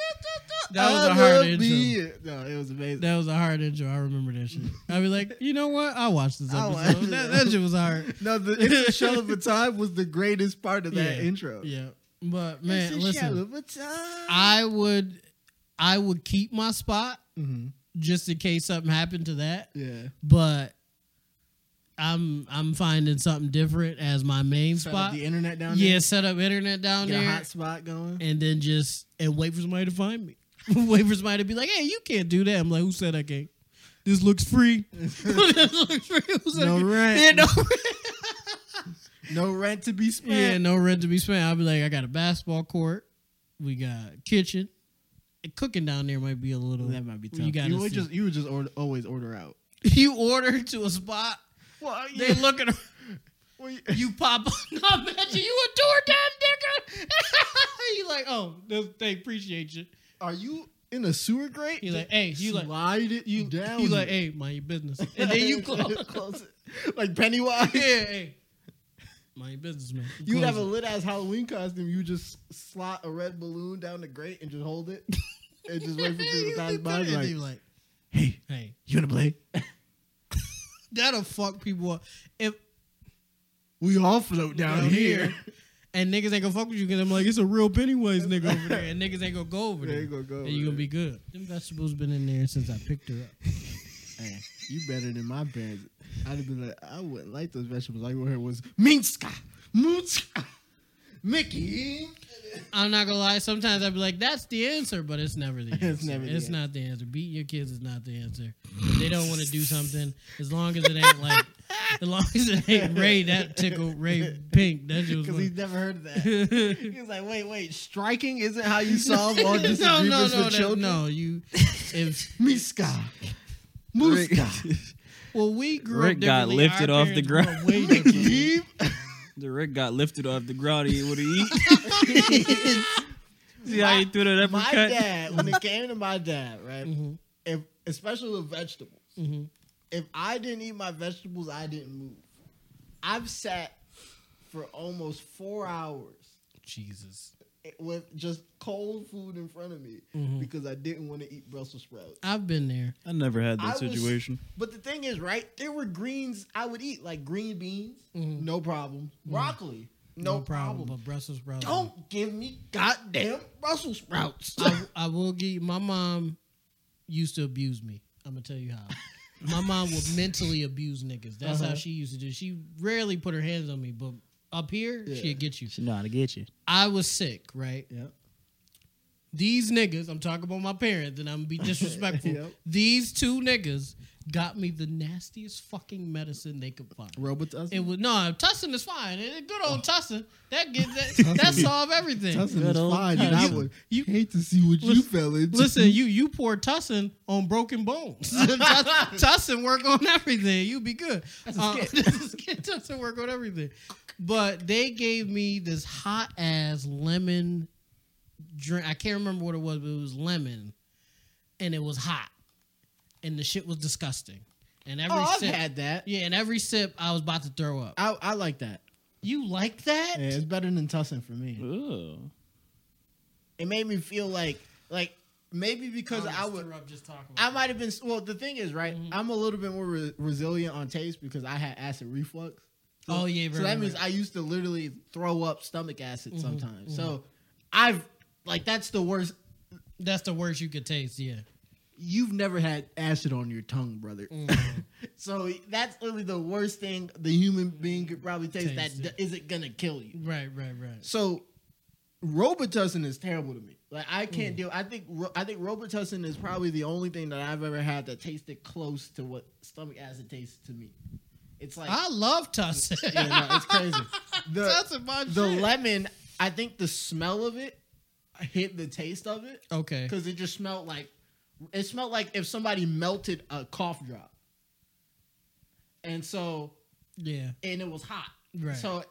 S3: That was
S1: I
S3: a hard
S1: love
S3: intro.
S1: being- No, it was amazing.
S3: That was a hard intro. I remember that shit. I'd be like, you know what? I watched this
S1: I
S3: episode.
S1: watched it.
S3: that, that shit was hard.
S1: No, the it's a shell of a time was the greatest part of that
S3: Yeah.
S1: intro.
S3: Yeah. But
S1: It's
S3: man,
S1: a shell
S3: listen.
S1: of a time.
S3: I would I would keep my spot
S1: Mhm.
S3: just in case something happened to that.
S1: Yeah.
S3: But I'm I'm finding something different as my main
S1: Set up
S3: spot.
S1: the internet down there.
S3: Yeah, set up internet down
S1: Get a
S3: there.
S1: hot spot going.
S3: and then just and wait for somebody to find me. wait for somebody to be like, "Hey, you can't do that." I'm like, "Who said I can't? This looks free. this looks free. Who said I
S1: No
S3: can't?"
S1: rent.
S3: Yeah, no rent.
S1: No rent to be spent.
S3: yeah, no rent to be spent. I'll be like, I got a basketball court. We got kitchen. And cooking down there might be a little.
S1: That might be tough.
S3: You gotta
S1: would
S3: see.
S1: just you would just order, always order out.
S3: You order to a spot.
S1: Well,
S3: They looking. You pop up. No, imagine you a DoorDash nigga. you like, oh, they- they appreciate you.
S1: are you in a sewer grate?
S3: You like, hey, you like,
S1: slide it you down.
S3: you like, hey, mind your business. And then you close.
S1: close it like Pennywise.
S3: yeah, hey. Mind your business, man.
S1: You'd have a
S3: Close
S1: lit ass Halloween costume. You just slot a red balloon down the grate and just hold it, and just wait for
S3: it.
S1: people to
S3: You
S1: pass
S3: be
S1: by.
S3: putting it,
S1: Like,
S3: you like,
S1: hey,
S3: hey,
S1: you wanna play?
S3: that'll fuck people up. If
S1: We all float down,
S3: Down
S1: here.
S3: here. and niggas ain't gonna fuck with you, because I'm like, it's a real Pennywise nigga over there, and niggas ain't gonna go over there.
S1: They gonna go
S3: and
S1: over
S3: you gonna
S1: there.
S3: be good. Them vegetables been in there since I picked her up.
S1: Hey, you better than my parents. I'd have been like, I wouldn't like those vegetables. I would hear was Minska, Mutska, Mickey.
S3: I'm not gonna lie. Sometimes I'd be like, "That's the answer," but it's never the answer. it's
S1: never the answer.
S3: not the answer. Beating your kids is not the answer. If they don't want to do something. As long as it ain't like, as long as it ain't Ray that tickled Ray Pink. That shit was.
S1: Because he's never heard of that.
S3: funny.
S1: He was like, wait, wait, striking isn't how you solve all disagreements
S3: no, no, no,
S1: with
S3: no,
S1: children.
S3: no. You, if
S1: Miska,
S2: Rick,
S1: Muska,
S3: well, we grew
S2: Rick
S3: up.
S2: got
S3: differently.
S2: lifted
S3: Our
S2: off the
S3: parents grew up
S2: ground.
S3: way differently.
S1: Mickey.
S2: the Rick got lifted off the ground. He would eat. See how you threw that
S1: My
S2: uppercut?
S1: dad, when it came to my dad, right?
S3: Mhm,
S1: If especially with vegetables,
S3: mhm.
S1: if I didn't eat my vegetables, I didn't move. I've sat for almost four hours eh,
S3: Jesus.
S1: with just cold food in front of me
S3: Mhm.
S1: because I didn't want to eat Brussels sprouts.
S3: I've been there.
S2: I never had that
S1: I was-
S2: situation.
S1: But the thing is, right? There were greens I would eat, like green beans,
S3: Mhm.
S1: no problem. Broccoli, no, problem.
S3: But Brussels sprouts.
S1: Don't give me goddamn Brussels sprouts.
S3: I, I will give you, my mom used to abuse me. I'm gonna tell you how. My mom would mentally abuse niggas. That's how
S1: Uh-huh.
S3: she used to do. She rarely put her hands on me, but up here,
S1: Yeah.
S3: she'd get you.
S2: know how to get you.
S3: I was sick, right?
S1: Yep.
S3: These niggas, I'm talking about my parents, and I'm gonna be disrespectful.
S1: Yep.
S3: These two niggas got me the nastiest fucking medicine they could find.
S1: Robitussin.
S3: It was no Tussin is fine. It- Good old Tussin. That get that, that solve everything.
S1: Oh. Tussin
S2: Good
S1: is
S2: old
S1: fine, and I
S2: Tussin.
S1: would hate to see what you
S3: Listen-
S1: fell into.
S3: Listen, you you pour Tussin on broken bones. Tuss- Tussin work on everything. You be good. Uh, That's Tussin work on everything. But they gave me this hot ass lemon drink. I can't remember what it was, but it was lemon, and it was hot, and the shit was disgusting. And every
S1: oh, I've
S3: sip,
S1: had that.
S3: yeah, and every sip, I was about to throw up.
S1: I, I like that.
S3: You like that?
S1: Yeah, it's better than Tussin for me.
S2: Ooh.
S1: It made me feel like, like maybe because I
S3: almost
S1: would,
S3: threw up just talking about
S1: I
S3: it.
S1: might have been. Well, the thing is, right?
S3: Mm-hmm.
S1: I'm a little bit more re- resilient on taste because I had acid reflux.
S3: Oh yeah,
S1: So
S3: right,
S1: that
S3: right,
S1: means
S3: right. Mm-hmm,
S1: I used to literally throw up stomach acid sometimes. So I've like that's the worst.
S3: That's the worst you could taste. Yeah.
S1: You've never had acid on your tongue, brother.
S3: Mm-hmm.
S1: so that's literally the worst thing the human being could probably taste,
S3: Taste
S1: that
S3: it.
S1: d- isn't gonna kill you.
S3: Right, right, right.
S1: So Robitussin is terrible to me. Like I can't
S3: Hmm.
S1: deal. I think Ro- I think Robitussin is probably the only thing that I've ever had that tasted close to what stomach acid tastes to me. It's like
S3: I love Tussin.
S1: yeah, no, it's crazy. The,
S3: Ah. Tussin, my
S1: the
S3: shit.
S1: lemon, I think the smell of it hit the taste of it
S3: okay.
S1: because it just smelled like it smelled like if somebody melted a cough drop. And so
S3: Yeah.
S1: and it was hot.
S3: Right.
S1: So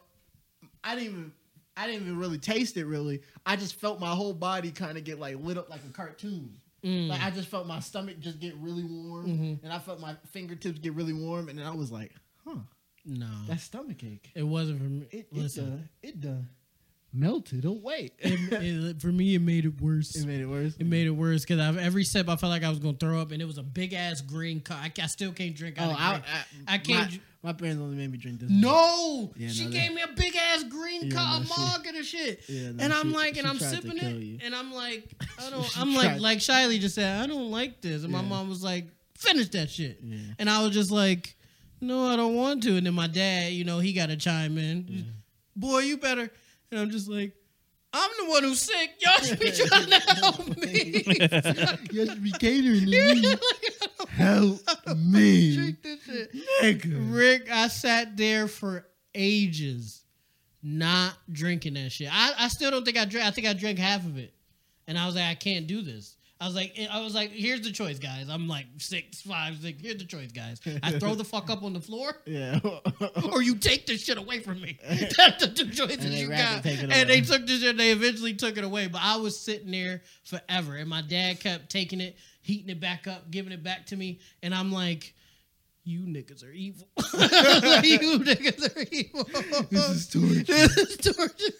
S1: I didn't even I didn't even really taste it really. I just felt my whole body kind of get like lit up like a cartoon.
S3: Mm.
S1: Like I just felt my stomach just get really warm
S3: Mhm.
S1: and I felt my fingertips get really warm and then I was like, huh,
S3: no.
S1: that stomach ache.
S3: It wasn't for me.
S1: It, it
S3: Listen,
S1: done it done melted away. it
S3: it- for me, it made it worse.
S1: made it worse.
S3: It made it worse because every sip I felt like I was gonna throw up, and it was a big ass green cup. I, I still can't drink. Out
S1: Oh,
S3: of
S1: I,
S3: green.
S1: I,
S3: I can't
S1: my-
S3: ju-
S1: My, parents only made me drink this.
S3: no,
S1: Yeah,
S3: she
S1: no, that-
S3: gave me a big ass green
S1: Yeah,
S3: cup,
S1: no,
S3: a
S1: she-
S3: mug, and a shit.
S1: Yeah, no,
S3: and I'm
S1: she-
S3: like, and
S1: she
S3: I'm
S1: tried to
S3: sipping
S1: kill
S3: it,
S1: you.
S3: and I'm like, I
S1: She
S3: don't. I'm
S1: tried.
S3: like, like Shiley just said, I don't like this. And my
S1: Yeah.
S3: mom was like, finish that shit.
S1: Yeah.
S3: And I was just like, no, I don't want to. And then my dad, you know, he got to chime in. Boy, you better. And I'm just like, I'm the one who's sick. Y'all should be trying to help me.
S1: You should be catering to
S3: Like,
S1: me.
S3: I don't
S1: Help me.
S3: drink this shit.
S1: Nigga.
S3: Rick, I sat there for ages not drinking that shit. I, I still don't think I drank. I think I drank half of it, and I was like, I can't do this. I was like, I was like, here's the choice, guys. I'm like six, five, six. Here's the choice, guys. I throw the fuck up on the floor,
S1: Yeah.
S3: or you take this shit away from me. That's the two choices
S1: And they
S3: you
S1: rather
S3: got.
S1: take it away.
S3: And they took this shit. They eventually took it away. But I was sitting there forever, and my dad kept taking it, heating it back up, giving it back to me, and I'm like. You niggas are evil. you niggas are evil.
S1: this is torture.
S3: This is torture.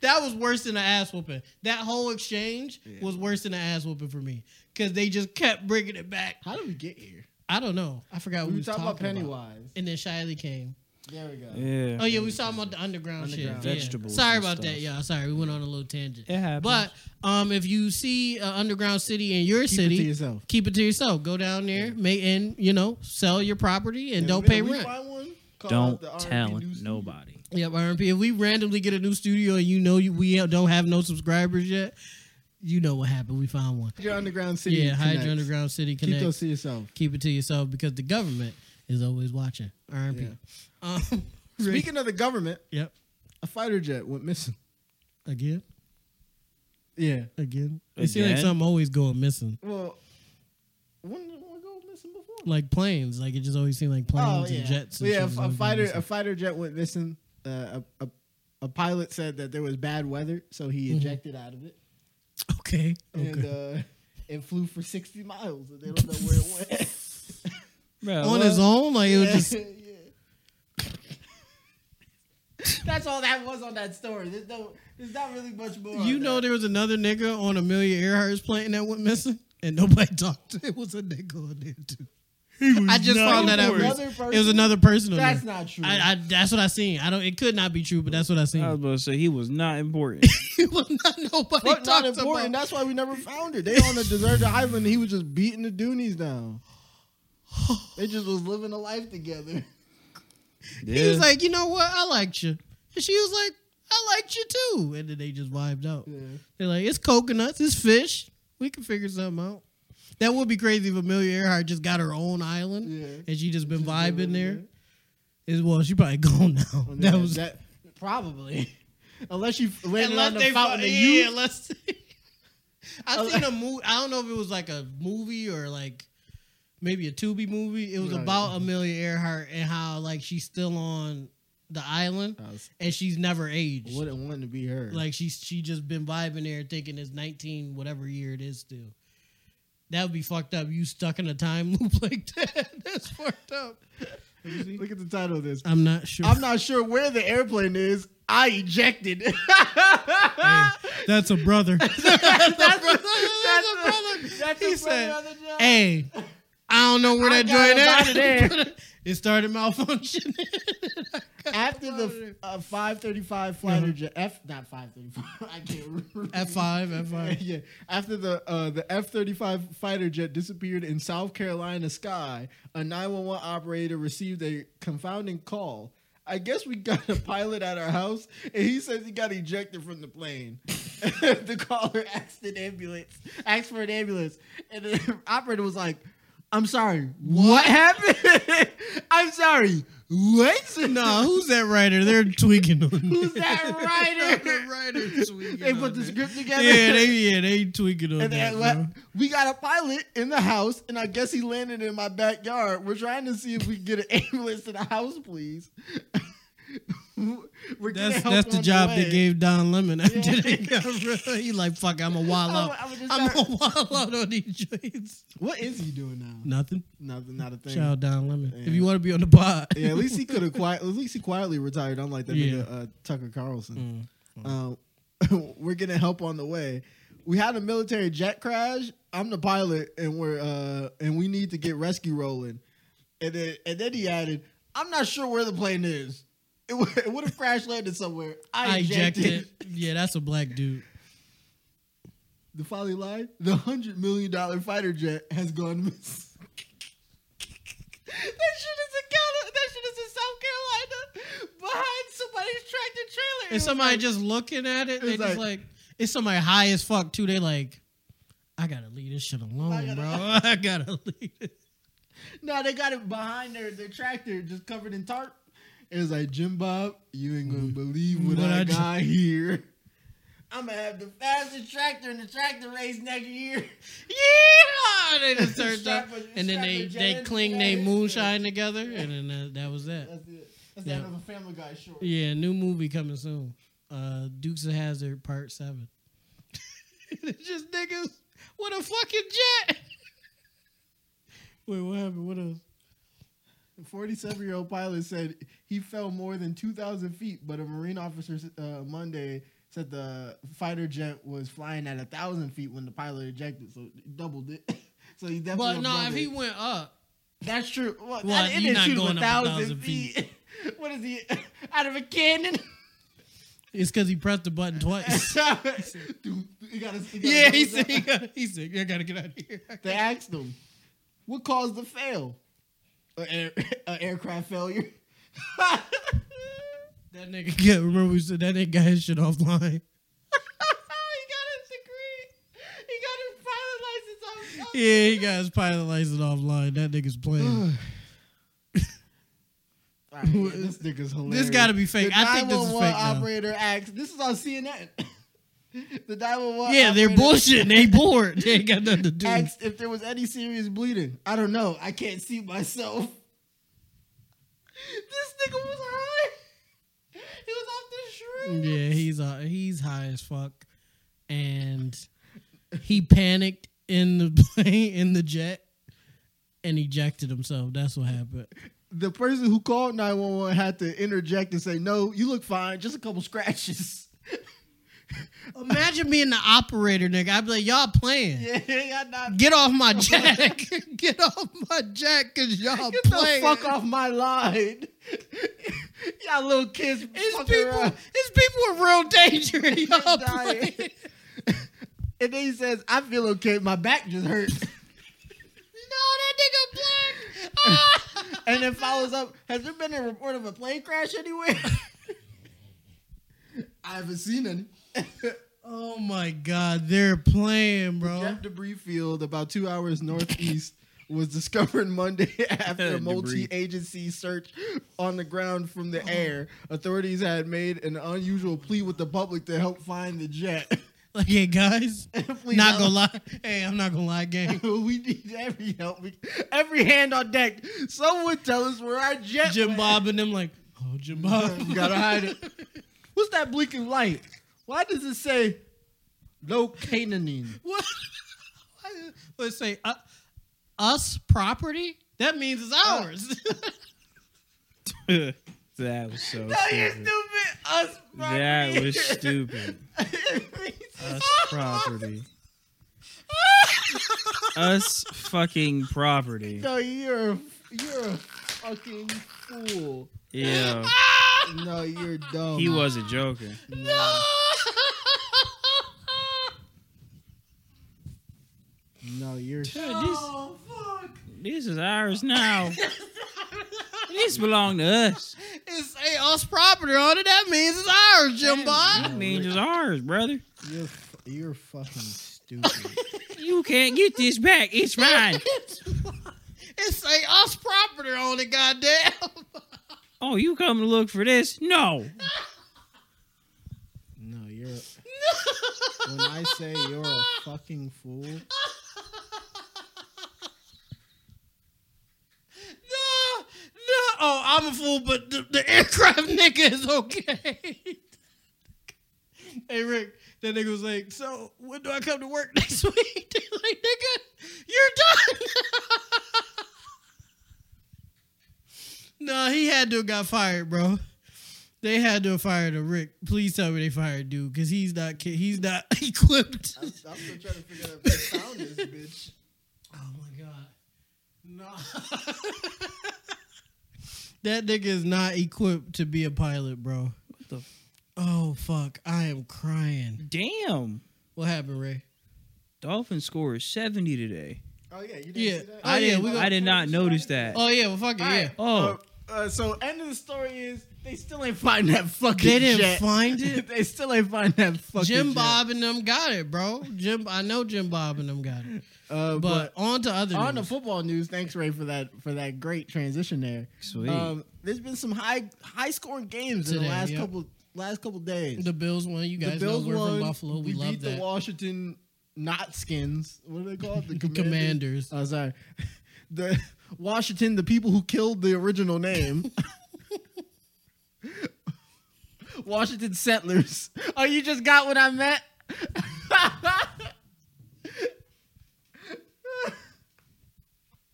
S3: that was worse than an ass whooping. That whole exchange
S1: Yeah.
S3: was worse than an ass whooping for me because they just kept bringing it back.
S1: How did we get here?
S3: I don't know. I forgot
S1: We
S3: we,
S1: were
S3: was
S1: talking about Pennywise.
S3: And then Shiley came.
S1: There we go.
S2: Yeah.
S3: Oh yeah, we was talking about the underground,
S1: Underground.
S3: shit. Yeah.
S2: Vegetables
S3: Sorry
S2: and
S3: about
S2: stuff.
S3: that, y'all. Sorry, we went on a little tangent.
S2: It happens.
S3: But um, if you see an underground city in your
S1: Keep
S3: city,
S1: it to yourself.
S3: keep it to yourself. Go down there, make and you know sell your property and
S1: Yeah,
S3: don't
S1: we-
S3: pay
S1: we
S3: rent.
S1: find one called
S2: Don't
S1: the R&B
S2: tell
S1: News
S2: nobody.
S3: Yep, RMP. If we randomly get a new studio and you know you, we don't have no subscribers yet, you know what happened. We found one.
S1: Studio. Your underground city.
S3: Yeah,
S1: connects.
S3: Hydra Underground City
S1: Keep
S3: Connect.
S1: those to yourself.
S3: Keep it to yourself because the government is always watching. RMP. Um,
S1: Speaking of the government,
S3: yep.
S1: a fighter jet went missing.
S3: Again,
S1: Yeah.
S3: again. It seems like
S2: Again?
S3: something always going missing.
S1: Well, when did one go missing before?
S3: Like planes. Like it just always seemed like
S1: Oh
S3: planes
S1: yeah.
S3: and jets. And
S1: yeah,
S3: shit is
S1: a- a
S3: always going
S1: fighter,
S3: missing.
S1: a fighter jet went missing. Uh, a, a a pilot said that there was bad weather, so he
S3: Mhm.
S1: ejected out of it.
S3: Okay.
S1: and
S3: Okay.
S1: uh, and flew for sixty miles, and they don't know where it went. uh,
S3: On his own, like it was just
S1: That's all that was on that story. There's no, there's not really much more.
S3: You
S1: on
S3: know
S1: that.
S3: there was another nigga on Amelia Earhart's plane that went missing, and nobody talked. It was a nigga on there too. I just
S2: not
S3: found that out.
S1: important.
S3: recent-
S1: Another
S3: It was another person on
S1: that's
S3: there.
S1: not true.
S3: I, I, that's what I seen. I don't. It could not be true, but that's what I seen.
S2: I was about to say he was not important.
S3: it was not nobody
S1: Fuck,
S3: talked
S1: not important.
S3: about.
S1: That's why we never found her. They on a deserted island. He was just beating the Doonies down. They just was living a life together.
S2: yeah.
S3: He was like, you know what? I liked you, and she was like, I liked you too. And then they just vibed out.
S1: Yeah.
S3: They're like, it's coconuts, it's fish. We can figure something out. That would be crazy if Amelia Earhart just got her own island
S1: Yeah.
S3: and she just been
S1: Just
S3: vibing
S1: living
S3: there. Is well, she probably gone now.
S1: Well,
S3: That
S1: yeah,
S3: was
S1: that. Probably, unless you landed
S3: unless
S1: on the
S3: they
S1: fountain
S3: found
S1: of
S3: yeah,
S1: youth. Oh,
S3: yeah, unless I seen a movie. I don't know if it was like a movie or like maybe a Tubi movie. It was
S1: Right.
S3: about Amelia Earhart and how like she's still on the island
S1: I was-
S3: and she's never aged.
S1: wouldn't want to be her.
S3: Like she's she just been vibing there, thinking it's nineteen whatever year it is still. That would be fucked up. You stuck in a time loop like that. That's fucked up.
S1: look at the title of this.
S3: I'm not sure.
S1: I'm not sure where the airplane is. I ejected. that's,
S3: Hey, that's a brother. that's a brother. That's a brother.
S1: that's
S3: He
S1: a
S3: said,
S1: brother, John.
S3: Hey, I don't know where
S1: I
S3: that
S1: got
S3: joint
S1: up
S3: at.
S1: outta
S3: it started malfunctioning.
S1: after the uh, 535 flight
S3: Uh-huh.
S1: eject- F not 535. I can't remember.
S3: F five, F five.
S1: yeah, after the uh, the F thirty five fighter jet disappeared in South Carolina sky, a nine one one operator received a confounding call. I guess we got a pilot at our house, and he says he got ejected from the plane. the caller asked an ambulance, asked for an ambulance, and the operator was like, I'm sorry. What, happened? I'm sorry. What?
S3: Nah, who's that writer? They're tweaking on
S1: Who's
S3: that.
S1: that
S3: the
S1: writer?
S3: writer tweaking
S1: they put
S3: on
S1: the
S3: that.
S1: script together.
S3: Yeah, they yeah they tweaking on
S1: And then
S3: that. bro.
S1: what- we got a pilot in the house, and I guess he landed in my backyard. We're trying to see if we can get an ambulance to the house, please. We're getting
S3: That's
S1: help
S3: that's the
S1: on
S3: job
S1: way.
S3: they gave Don Lemon after
S1: Yeah.
S3: they got rid. of- He like fuck, I'm a wild
S1: I'm,
S3: out.
S1: I'm just
S3: I'm
S1: sorry.
S3: a wild out on these joints.
S1: what is he doing now?
S3: Nothing.
S1: Nothing, not a thing.
S3: Shout out Don Lemon. If
S1: Yeah.
S3: you want to be on the pod,
S1: Yeah, at least he could have quiet. At least he quietly retired, unlike that
S3: Yeah.
S1: nigga uh, Tucker Carlson.
S3: Mm.
S1: Uh, we're getting help on the way. We had a military jet crash. I'm the pilot, and we're uh, and we need to get rescue rolling. And then and then he added, "I'm not sure where the plane is. It, w- it would have crash landed somewhere. I
S3: I
S1: ejected."
S3: ejected. Yeah, that's a black dude.
S1: The folly line. The hundred million dollar fighter jet has gone missing. That shit is in Cal- that shit is in South Carolina behind somebody's tractor trailer. It
S3: And
S1: was
S3: somebody
S1: like-
S3: just looking at it,
S1: it
S3: they
S1: was
S3: just
S1: like-
S3: like it's somebody high as fuck too. They like, I gotta leave this shit
S1: I
S3: alone,
S1: gotta-
S3: bro. I gotta leave. It.
S1: No, they got it behind their, their tractor, just covered in tarp. It was like Jim Bob, you ain't gonna believe what,
S3: Mm-hmm. What
S1: I,
S3: I ju-
S1: got here. I'm gonna have the fastest tractor in the tractor race next year.
S3: Yeah, they just turned up,
S1: Strap a-
S3: and then
S1: strap
S3: they
S1: a
S3: they
S1: jet
S3: cling
S1: in
S3: they
S1: there.
S3: moonshine together, and then that, that was that.
S1: That's it. That's
S3: Yeah.
S1: the end of a Family Guy short.
S3: Yeah, new movie coming soon. Uh Dukes of Hazard Part Seven. it's just niggas with a fucking jet. Wait, what happened? What else?
S1: The 47 year old pilot said he fell more than 2,000 feet, but a Marine officer uh, Monday said the fighter jet was flying at 1,000 feet when the pilot ejected, so he doubled it. so he definitely.
S3: But no,
S1: doubled
S3: if he
S1: it.
S3: went up,
S1: That's true. Well,
S3: Well,
S1: that, it
S3: you're
S1: didn't
S3: not
S1: shoot
S3: going
S1: him
S3: up
S1: a
S3: 1,000
S1: 1,000
S3: feet.
S1: feet. what is he? out of a cannon?
S3: it's because he pressed the button twice.
S1: Dude, he gotta, he gotta
S3: yeah, he
S1: go
S3: said,
S1: down.
S3: he, got, he said, I gotta get out of here.
S1: They asked him, "What caused the fail? An air, a aircraft failure."
S3: That nigga, yeah, remember we said that nigga got his shit offline.
S1: he got his degree. He got his pilot license on. on-
S3: Yeah, he got his pilot license offline. That nigga's playing.
S1: All right, yeah, this nigga's hilarious.
S3: this gotta be fake.
S1: The
S3: I think this
S1: 911
S3: is fake. though.
S1: Operator acts. This is on CNN. the 911.
S3: Yeah, they're
S1: operator
S3: bullshitting. They bored. They ain't got nothing to do.
S1: Asked if there was any serious bleeding. I don't know. I can't see myself. This nigga was high. He was off the shroom.
S3: Yeah, he's uh, he's high as fuck, and he panicked in the plane in the jet and ejected himself. That's what happened.
S1: The person who called 911 had to interject and say, "No, you look fine. Just a couple scratches."
S3: Imagine being the operator, nigga. I'd be like, y'all playing.
S1: Yeah, I'm not
S3: Get off my jack. Get off my jack, cause y'all
S1: Get
S3: playing.
S1: the fuck off my line. Y'all little kids
S3: It's
S1: fucking
S3: people.
S1: around.
S3: It's people in real danger. Y'all
S1: dying.
S3: playing.
S1: And then he says, I feel okay. My back just hurt.
S3: No, that nigga black. Ah!
S1: and then follows up, Has there been a report of a plane crash anywhere? I haven't seen any.
S3: Oh my god, they're playing, bro.
S1: Jet debris field about two hours northeast was discovered Monday after a
S2: Debris.
S1: multi-agency search on the ground from the air. Authorities had made an unusual plea with the public to help find the jet.
S3: Like, hey guys,
S1: Please
S3: not
S1: help.
S3: gonna lie. Hey, I'm not gonna lie, gang.
S1: we need every help. We, every hand on deck. Someone tell us where our jet.
S3: Jim
S1: went.
S3: Bob and them like, oh Jim Bob,
S1: You gotta hide it. What's that blinking light? Why does it say no canonine?
S3: What? Let's say uh, us property. That means it's
S1: Uh,
S3: ours.
S2: that was so stupid.
S1: Us
S2: That was stupid. Us property. Us fucking property.
S1: no, you're a- you're a fucking fool.
S2: Yeah.
S1: No, you're
S3: Oh,
S1: dumb.
S2: He wasn't joking.
S1: no. No, you're.
S2: Oh, fuck. This is ours now. this belong to us.
S3: it's hey, us property on it. That means it's ours, Jim
S2: That
S3: Bob.
S2: means it's ours, brother.
S1: You're, f- you're fucking stupid.
S2: You can't get this back. It's mine.
S3: It's like us property on it, goddamn.
S2: Oh, you come to look for this? No.
S1: No, you're. when I say you're a fucking fool,
S3: No, no. Oh, I'm a fool, but the, the aircraft nigga is okay. hey, Rick, that nigga was like, so when do I come to work next week? They like, nigga, you're done. no, he had to have got fired, bro. They had to have fired a Rick. Please tell me they fired dude, because he's not ki- he's not equipped.
S1: I'm, I'm still trying to figure out if they found this bitch.
S3: Oh my god. No. that nigga is not equipped to be a pilot, bro. What
S2: the-
S3: Oh fuck, I am crying.
S2: Damn.
S3: What happened, Ray?
S2: Dolphin scored 70 today.
S1: Oh yeah, you didn't
S3: Yeah.
S1: see that.
S3: Oh,
S2: I
S3: yeah,
S2: didn't
S3: we got-
S2: I did not notice that.
S3: Oh yeah, well fuck it, yeah.
S2: Oh.
S1: Uh, uh, so end of the story is they still ain't find that fucking.
S3: They didn't
S1: jet.
S3: find it.
S1: they still ain't find that fucking.
S3: Jim
S1: jet.
S3: Bob and them got it, bro. Jim I know Jim Bob and them got it.
S1: Uh,
S3: But,
S1: but,
S3: on to other
S1: on the
S3: news.
S1: football news, thanks Ray for that for that great transition there.
S2: Sweet.
S1: Um, there's been some high high scoring games in
S3: Today,
S1: the last
S3: yeah.
S1: couple last couple days.
S3: the Bills won. You guys know we're from Buffalo. We,
S1: beat
S3: love
S1: the
S3: that.
S1: Washington not skins. What are they called? The
S3: Commanders.
S1: Oh, sorry. The Washington, the people who killed the original name. Washington settlers. Oh, you just got what I meant.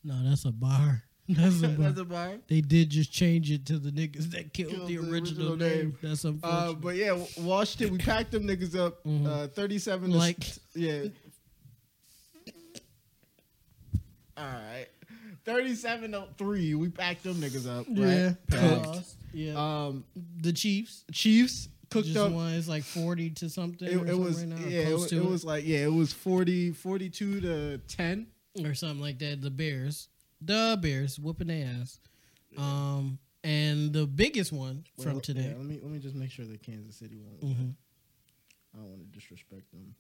S3: No, that's a bar. That's a bar.
S1: That's a bar.
S3: they did just change it to the niggas that killed,
S1: Killed
S3: the
S1: the
S3: original,
S1: original
S3: name.
S1: name.
S3: That's unfortunate.
S1: Uh, but yeah, Washington, we packed them niggas up. Uh, Thirty-seven. to-
S3: Mm-hmm. Like-
S1: yeah. All right, thirty-seven to three. We packed them niggas up. Right?
S3: Yeah.
S1: Packed.
S3: Cooked. Yeah.
S1: Um,
S3: Uh, the Chiefs
S1: Chiefs cooked
S3: just
S1: up.
S3: won. It's like 40 to something.
S1: It,
S3: or
S1: it
S3: something
S1: was
S3: right now, or
S1: yeah. It,
S3: close
S1: was-
S3: to
S1: it was like yeah. It was 40, 42 to ten.
S3: or something like that. The Bears, the Bears whooping their ass. Um, and the biggest one from
S1: Well, yeah,
S3: today.
S1: let me let me just make sure that Kansas City won.
S3: Mhm.
S1: I don't want to disrespect them.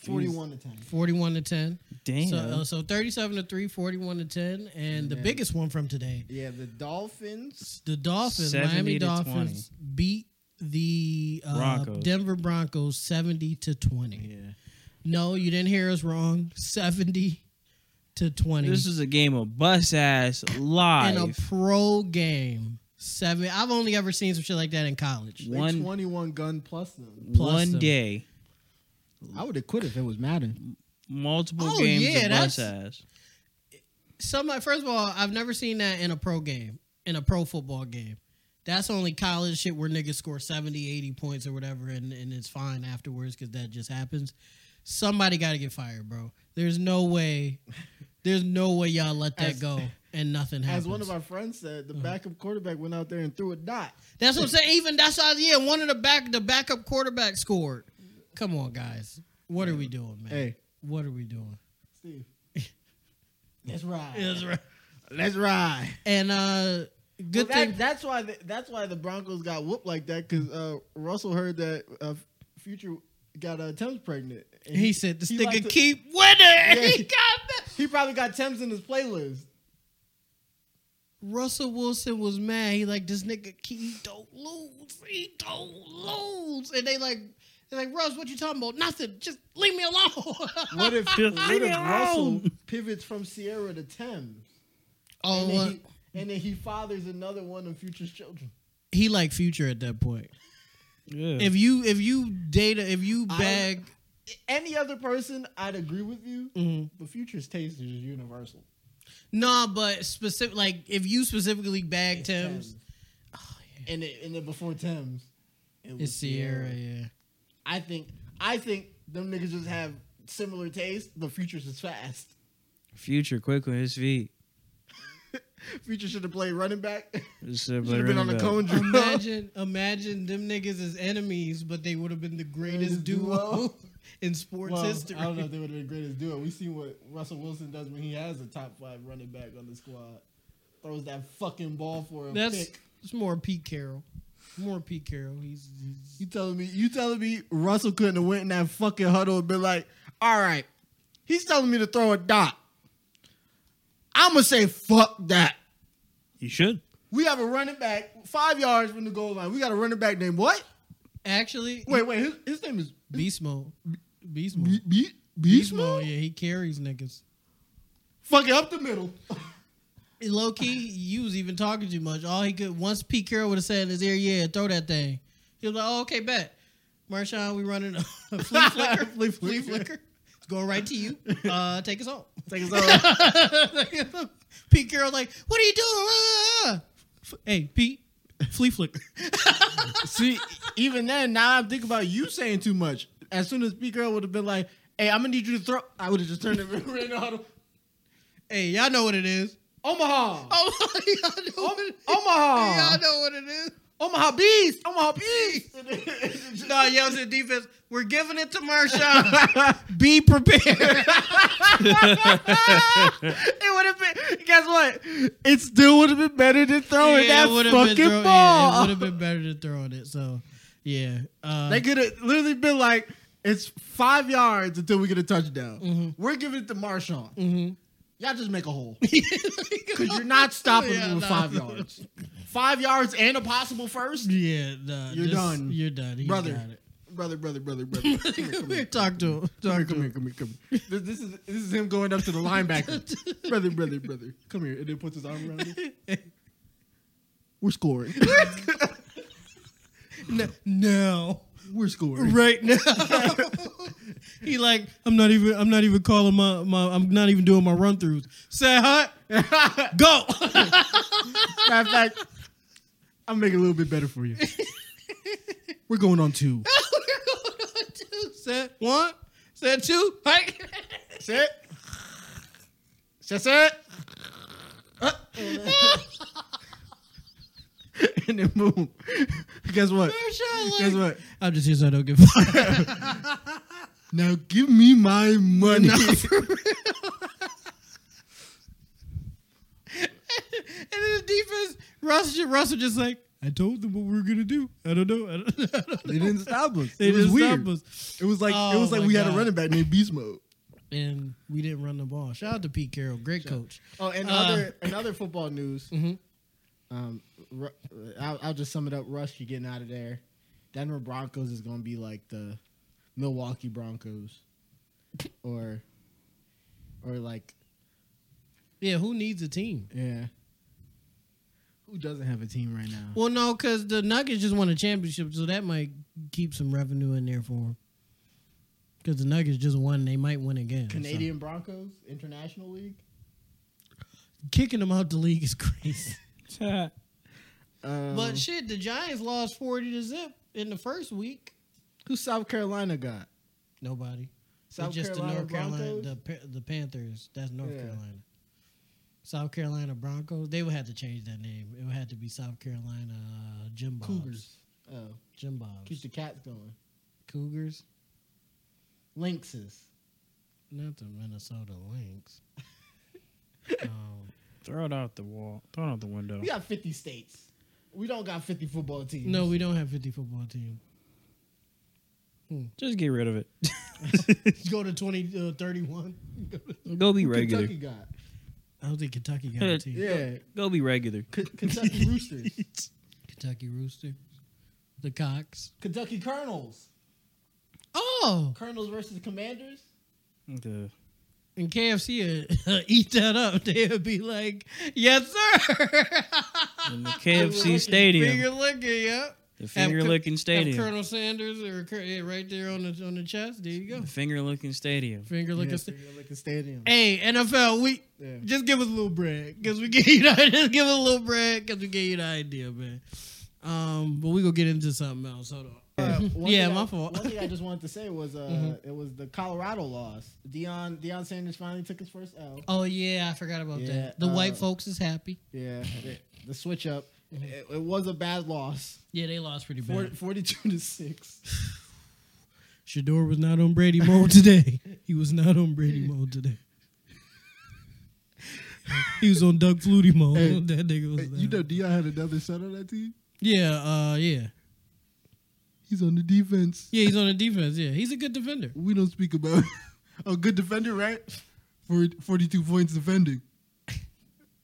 S1: Forty-one to ten.
S3: 41 to 10.
S2: Damn.
S3: So, uh, so 37 to 3, 41 to 10. And the
S1: Yeah.
S3: biggest one from today
S1: Yeah, the Dolphins.
S3: the Dolphins,
S2: 70
S3: Miami
S2: to
S3: Dolphins, beat the uh,
S2: Broncos.
S3: Denver Broncos 70 to 20.
S1: Yeah.
S3: No, you didn't hear us wrong. 70 to 20.
S2: this is a game of bus ass live.
S3: in a pro game. Seven. I've only ever seen some shit like that in college.
S1: They
S2: One-
S1: 21 gun plus them.
S3: plus
S2: one
S3: them.
S2: day,
S1: I would have quit if it was Madden.
S2: multiple
S3: Oh,
S2: games
S3: yeah,
S2: of bus
S3: that's-
S2: ass.
S3: Somebody, first of all, I've never seen that in a pro game, in a pro football game. That's only college shit where niggas score 70, 80 points or whatever, and, and it's fine afterwards because that just happens. Somebody got to get fired, bro. There's no way. There's no way y'all let that
S1: As-
S3: go and nothing happens.
S1: As one of our friends said, the backup quarterback went out there and threw a dot.
S3: That's what I'm saying. Even that's how yeah, one of the back the backup quarterback scored. Come on, guys. What are we doing, man?
S1: Hey,
S3: What are we doing?
S1: Steve. Let's ride.
S3: That's right.
S1: Let's ride.
S3: And uh good
S1: Well, that-
S3: thing
S1: that's why the, that's why the Broncos got whooped like that because uh, Russell heard that uh, Future got uh, Thames pregnant. And
S3: he said this
S1: he
S3: nigga
S1: liked to-
S3: keep winning. he
S1: Yeah.
S3: got that.
S1: he probably got Thames in his playlist.
S3: Russell Wilson was mad. He like this nigga he don't lose. He don't lose. And they like they like Russ, what you talking about? Nothing. Just leave me alone.
S1: What if,
S2: Just leave
S1: what
S2: me
S1: if Russell
S2: alone.
S1: pivots from Sierra to Thames?
S3: oh,
S1: And
S3: what?
S1: then, he, and then he fathers another one of Future's children.
S3: He, like future at that point.
S2: Yeah.
S3: If you if you data if you
S1: I-
S3: bag
S1: Any other person, I'd agree with you.
S3: Mhm.
S1: But Future's taste is universal.
S3: Nah, but specific like if you specifically bag Tim's,
S1: And it, and then before Thames, it was
S3: it's Sierra. Yeah,
S1: I think I think them niggas just have similar taste, but Future's is fast.
S2: Future quick on his feet.
S1: Future should have played running back.
S2: Should have
S1: should have been on the cone drill.
S3: imagine imagine them niggas as enemies, but they would have been the
S1: Greatest
S3: greatest duo
S1: duo.
S3: in sports
S1: Well,
S3: history.
S1: I don't know if they would have been greatest duo. We see what Russell Wilson does when he has a top five running back on the squad. Throws that fucking ball for a
S3: That's
S1: pick.
S3: it's more Pete Carroll, more Pete Carroll. He's, he's
S1: You telling me? You telling me Russell couldn't have went in that fucking huddle and been like, "All right, he's telling me to throw a dot. I'm gonna say fuck that.
S2: You should.
S1: We have a running back five yards from the goal line. We got a running back named what?
S3: Actually,
S1: Wait, wait. His, his name is
S3: beast mode, beast mode,
S1: Be- Be-
S3: beast
S1: Beastmo.
S3: mode. Yeah, he carries niggas.
S1: Fuck it up the middle.
S3: Low key, you was even talking too much. All he could once Pete Carroll would have said in his ear, "Yeah, throw that thing." He was like, "Oh, okay, bet." Marshawn, we running a flea flicker, flea flicker, flea flicker. It's going right to you. Uh, take us home.
S1: Take us over.
S3: Pete Carroll, like, what are you doing? Ah. F- Hey, Pete, flea flicker.
S1: See, even then, now I'm thinking about you saying too much. As soon as B girl would have been like, "Hey, I'm gonna need you to throw," I would have just turned it right on.
S3: hey, y'all know what it is.
S1: Omaha,
S3: Oh, y'all know what it is.
S1: Omaha,
S3: Y'all know what it is.
S1: Omaha Beast, Omaha Beast.
S3: No, yells at defense. We're giving it to Marshawn. Be prepared.
S1: it would have been. Guess what? It still would have been better than throwing
S3: Yeah, it
S1: that
S3: would've
S1: fucking
S3: been throw-
S1: ball.
S3: Yeah, it would have been better than throwing it. So, yeah. Uh,
S1: they could have literally been like, "It's five yards until we get a touchdown.
S3: Mm-hmm.
S1: We're giving it to Marshawn. Y'all just make a hole because you're not stopping
S3: Yeah,
S1: me with
S3: no.
S1: five yards, five yards and a possible first,
S3: yeah, nah,
S1: You're
S3: this-
S1: done.
S3: You're done. He's
S1: brother,
S3: got it.
S1: brother, brother, brother, brother. Come here, come
S3: Come here,
S1: here.
S3: talk to him.
S1: Come here, come here, come here, come here. This, this is this is him going up to the linebacker. brother, brother, brother. Come here. And then puts his arm around him. We're scoring.
S3: No, no.
S1: We're scoring.
S3: right now. he like, I'm not even. I'm not even calling my my. I'm not even doing my run throughs. Say hi. Go.
S1: Matter of fact, I'll make it a little bit better for you. We're going on two.
S3: Set one. Set two. Hike.
S1: Sit. Sit, sit. Uh. and then boom. Guess what? Guess what?
S3: I'm just here so I don't give. a fuck.
S1: Now give me my money.
S3: and then the defense, Russell, Russell just like, I told them what we were gonna do. I don't know. I don't, I don't know.
S1: they didn't stop us.
S3: They
S1: it was
S3: just
S1: weird.
S3: stopped us.
S1: It was like it
S3: Oh
S1: was like
S3: my
S1: we had a
S3: God.
S1: running back named Beast Mode.
S3: and we didn't run the ball. Shout out to Pete Carroll, great coach.
S1: Oh, and
S3: Uh, Mm-hmm.
S1: other another football news. Um, Ru- I'll, I'll just sum it up. Rush, you're getting out of there. Denver Broncos is going to be like the Milwaukee Broncos, or or like
S3: Yeah, who needs a team?
S1: yeah. Who doesn't have a team right now?
S3: Well, no, because the Nuggets just won a championship, so that might keep some revenue in there for them. Because the Nuggets just won, they might win again. so.
S1: Canadian Broncos International League.
S3: kicking them out the league is crazy.
S1: Um,
S3: but shit, the Giants lost forty to zip in the first week.
S1: who South Carolina got?
S3: Nobody.
S1: South
S3: It's just the
S1: Carolina
S3: North Carolina,
S1: Broncos?
S3: the, Pa- the Panthers. That's North
S1: Yeah.
S3: Carolina. South Carolina Broncos. They would have to change that name. It would have to be South Carolina uh, Jim Bobs.
S1: Cougars. Oh,
S3: Jim
S1: keep
S3: Bobs.
S1: the cats going.
S3: Cougars.
S1: Lynxes.
S3: Not the Minnesota Lynx. um,
S2: Throw it out the wall. Throw it out the window.
S1: We got 50 states. We don't got 50 football teams.
S3: no, we don't have fifty football team.
S2: Just get rid of it.
S3: Go to twenty uh, thirty-one.
S2: Go be regular.
S1: Kentucky got.
S3: I don't think Kentucky got a team.
S1: Yeah,
S2: Go be regular.
S1: Kentucky Roosters,
S3: Kentucky Rooster. The Cox.
S1: Kentucky Colonels,
S3: Oh,
S1: Colonels versus Commanders.
S2: The-
S3: and KFC uh, eat that up. They would be like, "Yes, sir."
S2: in the KFC Stadium.
S3: Finger licking, yep.
S2: The
S3: Have
S2: finger
S3: Col-
S2: licking
S3: Have
S2: stadium.
S3: Colonel Sanders or Col- yeah, right there on the on the chest. There you go.
S2: The finger licking stadium.
S3: Finger licking.
S1: Yeah,
S3: sta-
S1: like a stadium.
S3: hey, NFL, we
S1: Yeah.
S3: just give us a little bread because we get you the, just give us a little bread because we gave you the idea, man. Um, but we gonna get into something else. Hold on.
S1: Uh, one
S3: Yeah,
S1: thing
S3: my
S1: I,
S3: fault. Mm-hmm.
S1: One thing I just wanted to say was uh, it was the Colorado loss. Deion Deion Sanders finally took his first L.
S3: Oh yeah, I forgot about
S1: Yeah,
S3: that. The
S1: uh,
S3: white folks is happy.
S1: Yeah, the, the switch up. It, it was a bad loss.
S3: Yeah, they lost pretty
S1: Four-
S3: Mm-hmm. bad.
S1: 42 to six.
S3: Shador was not on Brady mode today. he was not on Brady mode today. he was on Doug Flutie mode.
S1: Hey,
S3: that nigga was. not-
S1: Deion had another shot on that team.
S3: yeah, uh, yeah,
S1: He's on the defense.
S3: yeah. He's on the defense. Yeah, he's a good defender.
S1: We don't speak about a good defender, right? For 42 points defending.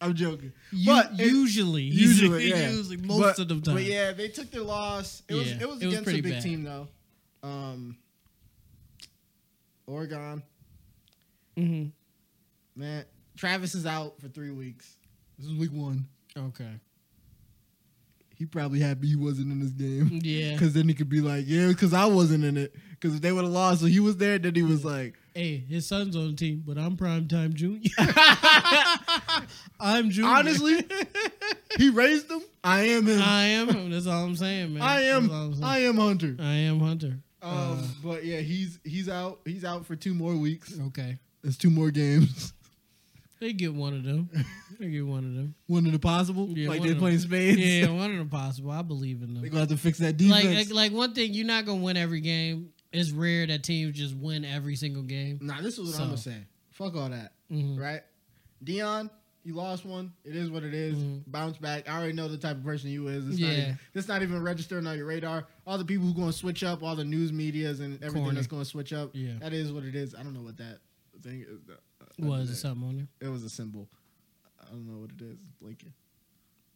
S5: I'm joking.
S3: U-
S5: but it-
S3: usually,
S5: usually, yeah.
S3: usually, most
S5: But-
S3: of the time.
S5: But yeah, they took their loss. It was
S3: Yeah,
S5: it was
S3: it was
S5: against
S3: pretty
S5: a big
S3: bad.
S5: team though. Um, Oregon,
S3: Mhm.
S5: man. Travis is out for three weeks. This is week one.
S3: Okay.
S5: He probably happy he wasn't in this game.
S3: Yeah.
S5: Cause then he could be like, yeah, because I wasn't in it. Cause if they would have lost, so he was there, then he was like,
S3: Hey, his son's on the team, but I'm primetime junior. I'm junior.
S5: honestly, he raised them. I am him. I,
S3: I am. him. That's all I'm saying, man. That's all I'm
S5: am.
S3: saying.
S5: I am Hunter.
S3: I am Hunter.
S5: Um, but yeah, he's he's out. He's out for two more weeks.
S3: Okay.
S5: It's two more games.
S3: They get one of them. They get one of them.
S5: One of the possible.
S3: Yeah,
S5: like
S3: one
S5: they're
S3: of
S5: playing
S3: them.
S5: spades.
S3: Yeah, one of them possible. I believe in
S5: They're
S3: them.
S5: gonna have to fix that defense.
S3: Like, like, like one thing, you're not gonna win every game. It's rare that teams just win every single game.
S5: nah, this is what
S3: So.
S5: I'm gonna say. Fuck all that.
S3: Mhm.
S5: Right? Dion, you lost one. It is what it is.
S3: Mhm.
S5: Bounce back. I already know the type of person you is. It's not
S3: Yeah.
S5: even, it's not even registering on your radar. All the people who gonna switch up, all the news medias and everything
S3: Corny.
S5: that's gonna switch up.
S3: Yeah.
S5: That is what it is. I don't know what that thing is. uh,
S3: Was it something on
S5: It was a symbol. I don't know what it is. It's Blinking.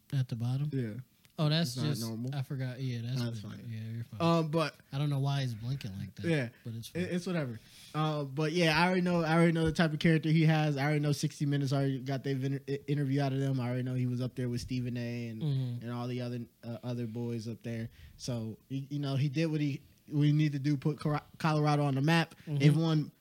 S3: there at the bottom?
S5: Yeah.
S3: Oh, that's
S5: It's not
S3: just
S5: normal.
S3: I forgot. Yeah, that's,
S5: That's
S3: what it-
S5: fine.
S3: Yeah, you're fine.
S5: Um, but
S3: I don't know why he's blinking like that.
S5: Yeah.
S3: but it's fine.
S5: It- It's whatever. Uh, but yeah, I already know. I already know the type of character he has. I already know 60 Minutes. I already got the inter- interview out of them. I already know he was up there with Stephen A. and
S3: Mhm.
S5: and all the other uh, other boys up there. So y- you know he did what he we need to do. Put Cor- Colorado on the map.
S3: Mm-hmm.
S5: They've won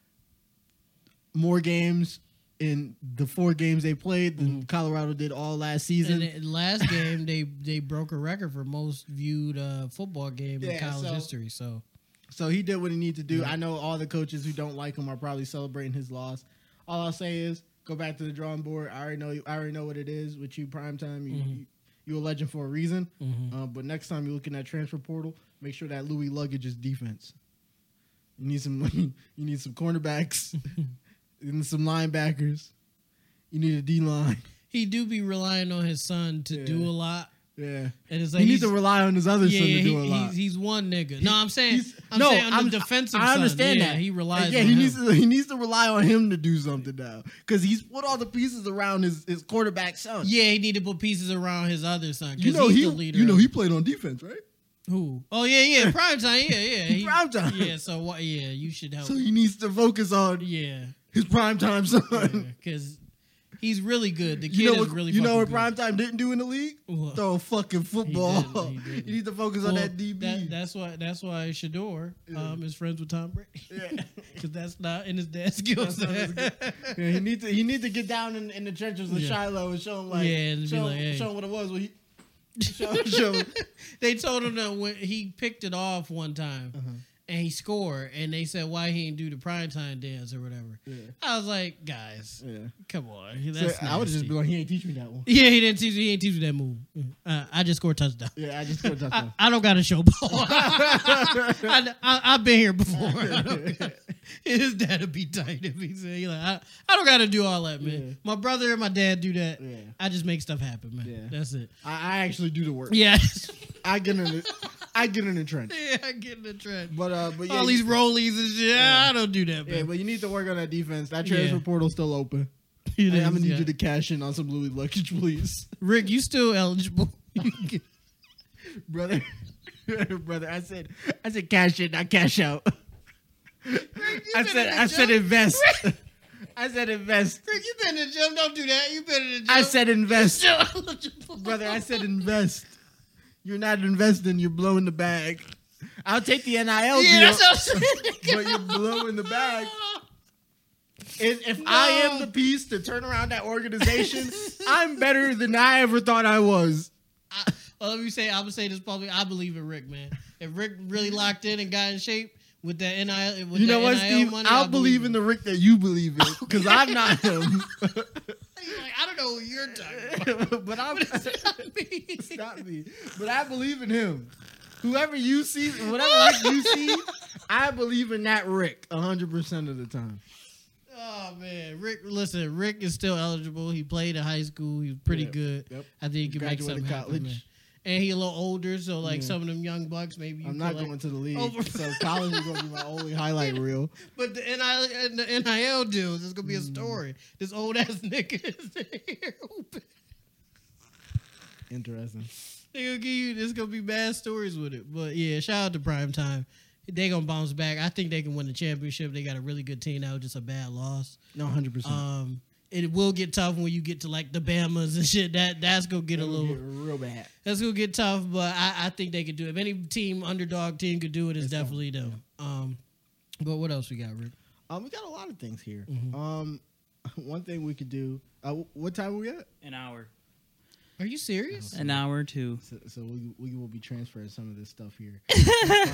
S5: more games in the four games they played than Colorado did all last season.
S3: Mm-hmm. And then last game, they they broke a record for most viewed uh, football game in
S5: Yeah,
S3: college
S5: so-
S3: history. So
S5: So he did what he needed to do. I know all the coaches who don't like him are probably celebrating his loss. All I'll say is go back to the drawing board. I already know. You, I already know what it is with you, prime time. You,
S3: Mm-hmm.
S5: you you a legend for a reason. Uh, but next time you're looking at transfer portal, make sure that Louis luggage is defense. You need some. you need some cornerbacks and some linebackers. You need a D line.
S3: he do be relying on his son to do
S5: Yeah.
S3: a lot,
S5: Yeah.
S3: and it's
S5: He
S3: like
S5: needs
S3: he's-
S5: to rely on his other
S3: yeah,
S5: son
S3: yeah,
S5: to
S3: he-
S5: do a lot.
S3: he's, he's one nigga. No, I'm saying
S5: He's-
S3: I'm saying on the defensive.
S5: I understand
S3: side,
S5: that
S3: yeah, he relies.
S5: Yeah,
S3: on
S5: he
S3: him.
S5: needs to, he needs to rely on him to do something now because he's put all the pieces around his his quarterback son.
S3: yeah, he need to put pieces around his other son. 'cause
S5: you know
S3: he's
S5: he
S3: the leader.
S5: you know
S3: of-
S5: he played on defense, right?
S3: who? Oh yeah, yeah, prime time. Yeah, yeah, he,
S5: Prime time.
S3: Yeah, so what? Yeah, you should help.
S5: So he needs to focus on
S3: yeah,
S5: his primetime son.
S3: because he's really good. The kid
S5: You know
S3: is
S5: what
S3: really.
S5: you know what
S3: fucking good.
S5: primetime didn't do in the league?
S3: What?
S5: Throw fucking football.
S3: he
S5: you
S3: didn't.
S5: need to focus on
S3: Well,
S5: that DB.
S3: that- that's why. That's why Shador um, is friends with Tom Brady.
S5: Yeah.
S3: because that's not in his dad's skill
S5: That's not his
S3: set.
S5: Yeah, he need to he need to get down in, in the trenches with
S3: Yeah.
S5: Shiloh and show him like,
S3: Yeah, and be
S5: show, him-
S3: like, hey.
S5: show him what it was. When he, show, show him-
S3: they told him that when he picked it off one time
S5: Uh-huh.
S3: and he scored, and they said why he didn't do the primetime dance or whatever.
S5: Yeah.
S3: I was like, guys,
S5: Yeah.
S3: come on,
S5: So
S3: that's
S5: I would just
S3: nasty.
S5: be like, he ain't teach me that one.
S3: yeah, he didn't teach. He ain't teach you that move. Uh, I just scored touchdown.
S5: Yeah, I just put that
S3: I,
S5: down.
S3: I don't got a show ball. I, have been here before. I don't got- His dad would be tight if he said, he like, I, I don't got to do all that, man.
S5: Yeah.
S3: My brother and my dad do that.
S5: Yeah.
S3: I just make stuff happen, man.
S5: Yeah.
S3: That's it.
S5: I, I actually do the work.
S3: Yeah.
S5: I get in the, I get in the trench.
S3: yeah, I get in the trend.
S5: But uh, but yeah,
S3: all these rollies and shit. I don't do that,
S5: yeah,
S3: man.
S5: but you need to work on that defense. That transfer
S3: Yeah.
S5: portal's still open.
S3: It
S5: Hey, I'm
S3: is,
S5: gonna need
S3: yeah.
S5: you to cash in on some Louis Luggage, please,
S3: Rick, you still eligible.
S5: brother. brother, I said, I said cash in, not cash out. I
S3: been
S5: said,
S3: in the
S5: I said
S3: gym?
S5: invest. I said invest.
S3: Rick, you been in the gym. Don't do that. You been in the gym.
S5: I said invest,
S3: still eligible.
S5: brother. I said invest. You're not investing. You're blowing the bag. I'll take the NIL
S3: yeah,
S5: deal,
S3: that's what I'm saying. Oh.
S5: but you're blowing the bag. If, if I am the piece to turn around that organization, I'm better than I ever thought I was.
S3: I, well, let me say, I'm gonna say this publicly. I believe in Rick, man. If Rick really locked in and got in shape with that nil, with
S5: you know
S3: that
S5: what,
S3: NIL
S5: Steve?
S3: money,
S5: I'll believe in the Rick that you believe in because I'm not him.
S3: He's like, I don't know who you're talking about.
S5: but I'm not me. But I believe in him. Whoever you see, whatever Rick you see, I believe in that Rick 100% of the time.
S3: Oh man, Rick! Listen, Rick is still eligible. He played in high school. He was pretty
S5: Yeah.
S3: good.
S5: Yep.
S3: I think he can make
S5: Graduated
S3: something happen,
S5: college.
S3: man. and he a little older, so like some of them young bucks maybe. You
S5: I'm not
S3: could, like-
S5: going to the league,
S3: over-
S5: so college is going to be my only highlight reel.
S3: But the NIL, and the NIL deals, it's gonna be a
S5: Mm.
S3: story. This old ass nigga is in here hooping.
S5: Interesting.
S3: They gonna give you. There's gonna be bad stories with it. But yeah, shout out to Prime Time. They gonna bounce back. I think they can win the championship. They got a really good team now. Just a bad loss.
S5: No, 100. percent
S3: Um, it will get tough when you get to like the Bamas and shit. That that's gonna get a little.
S5: real bad.
S3: That's gonna get tough. But I, I think they could do it. If any team underdog team could do it, it's, definitely them. Um, but what else we got, Rick?
S5: Um, we got a lot of things here.
S3: Mm-hmm.
S5: Um, one thing we could do. Uh, wh- what time we at?
S2: An hour.
S3: Are you serious?
S2: An hour too.
S5: So, so we, we will be transferring some of this stuff here.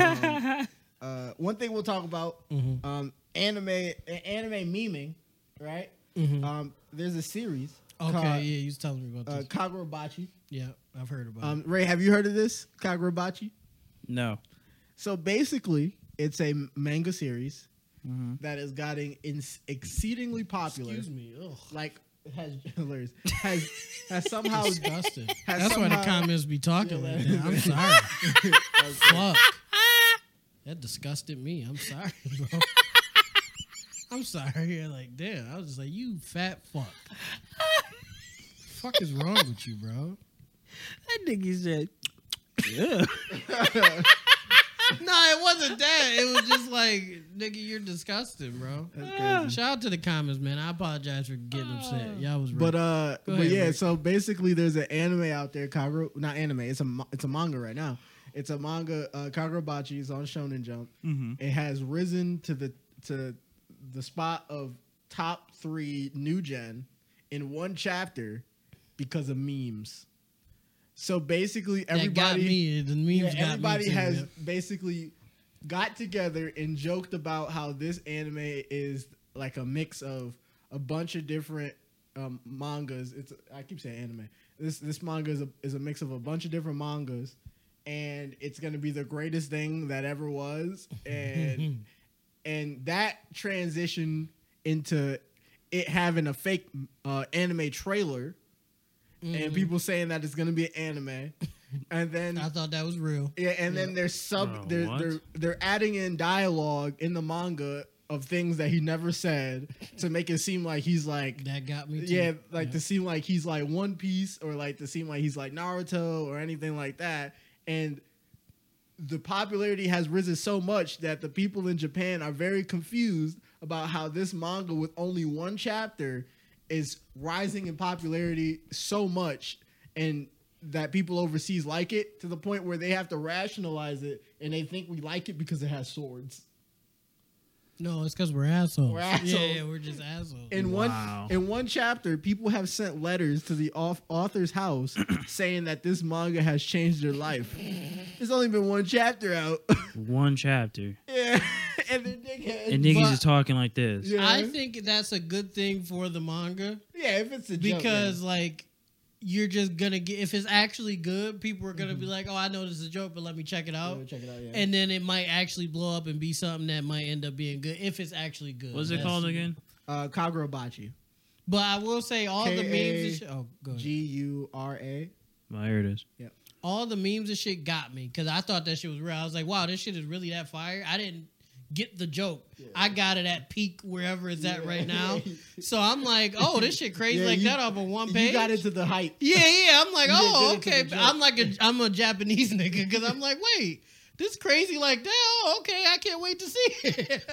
S5: Um, uh, one thing we'll talk about
S3: Mm-hmm.
S5: um, anime a- anime memeing, right? Um, there's a series
S3: Mm-hmm. Okay, yeah,
S5: called
S3: you was telling me about
S5: uh,
S3: this.
S5: Kagurabachi.
S3: yeah, I've heard about it.
S5: Um, Ray, have you heard of this Kagurabachi?
S2: No.
S5: So basically, it's a manga series that is getting ins exceedingly popular.
S3: Mm-hmm. Excuse me. Ugh.
S5: Like has hilarious. has has somehow
S3: Disgusting.
S5: Has
S3: That's why the
S5: somehow-
S3: comments be talking like that. I'm sorry. Fuck. That disgusted me. I'm sorry, bro. I'm sorry. Yeah, Like, damn. I was just like, you fat fuck. fuck is wrong with you, bro?
S2: That nigga said. Yeah.
S3: No, it wasn't that. It was just like, nigga, you're disgusting, bro. Shout out to the comments, man. I apologize for getting upset. Y'all was right.
S5: But uh,
S3: Go
S5: but
S3: ahead,
S5: yeah.
S3: Rick.
S5: So basically, there's an anime out there, Kagura. Not anime. It's a ma- it's a manga right now. It's a manga. Uh, Kagurabachi is on Shonen Jump.
S3: Mm-hmm.
S2: Mm-hmm.
S5: It has risen to the to the spot of top three new gen in one chapter because of memes. So basically,
S3: that
S5: everybody
S3: got me. The memes got
S5: yeah,
S3: me
S5: everybody
S3: too,
S5: has
S3: yeah.
S5: basically got together and joked about how this anime is like a mix of a bunch of different um, mangas. It's I keep saying anime. This this manga is a, is a mix of a bunch of different mangas, and it's gonna be the greatest thing that ever was. And and that transition into it having a fake uh, anime trailer. And people saying that it's gonna be an anime, and then
S3: Mm-hmm. I thought that was real.
S5: yeah, and then they're sub
S2: Uh,
S5: they're,
S2: what?
S5: they're they're adding in dialogue in the manga of things that he never said to make it seem like he's like
S3: That got me. Too.
S5: yeah, like to seem like he's like One Piece or like to seem like he's like Naruto or anything like that. And the popularity has risen so much that the people in Japan are very confused about how this manga with only one chapter is rising in popularity so much and that people overseas like it to the point where they have to rationalize it and they think we like it because it has swords.
S3: No, it's because we're assholes.
S5: We're assholes.
S3: Yeah, yeah, we're just assholes.
S5: In
S2: Wow.
S5: one in one chapter, people have sent letters to the off- author's house saying that this manga has changed their life. There's only been one chapter out.
S2: One chapter.
S5: yeah. And they're dickheads.
S2: And niggas
S3: But-
S2: is talking like this.
S5: Yeah.
S3: I think that's a good thing for the manga
S5: yeah, if it's a joke,
S3: because, like, you're just gonna get if it's actually good, people are gonna be like, "Oh, I know this is a joke, but let me check it
S5: yeah.
S3: out."
S5: Yeah, check it out. Mm-hmm. Yeah.
S3: And then it might actually blow up and be something that might end up being good if it's actually good.
S2: What's it
S3: That's-
S2: called again?
S5: uh, Kagurabachi.
S3: But I will say all the memes. And
S5: K A
S3: shit, oh, go ahead.
S5: G U R A.
S2: Well, here it is.
S3: all the memes and shit got me because I thought that shit was real. I was like, wow, this shit is really that fire. I didn't get the joke. I got it at peak wherever it's at
S5: Yeah.
S3: right now. so I'm like, oh, this shit crazy
S5: Yeah,
S3: like
S5: you-
S3: that off of one page.
S5: You got into the hype.
S3: Yeah, yeah. I'm like,
S5: You didn't
S3: oh,
S5: get it to the
S3: okay.
S5: joke.
S3: I'm like a I'm a Japanese nigga because I'm like, wait, this crazy like that. Oh, okay. I can't wait to see it.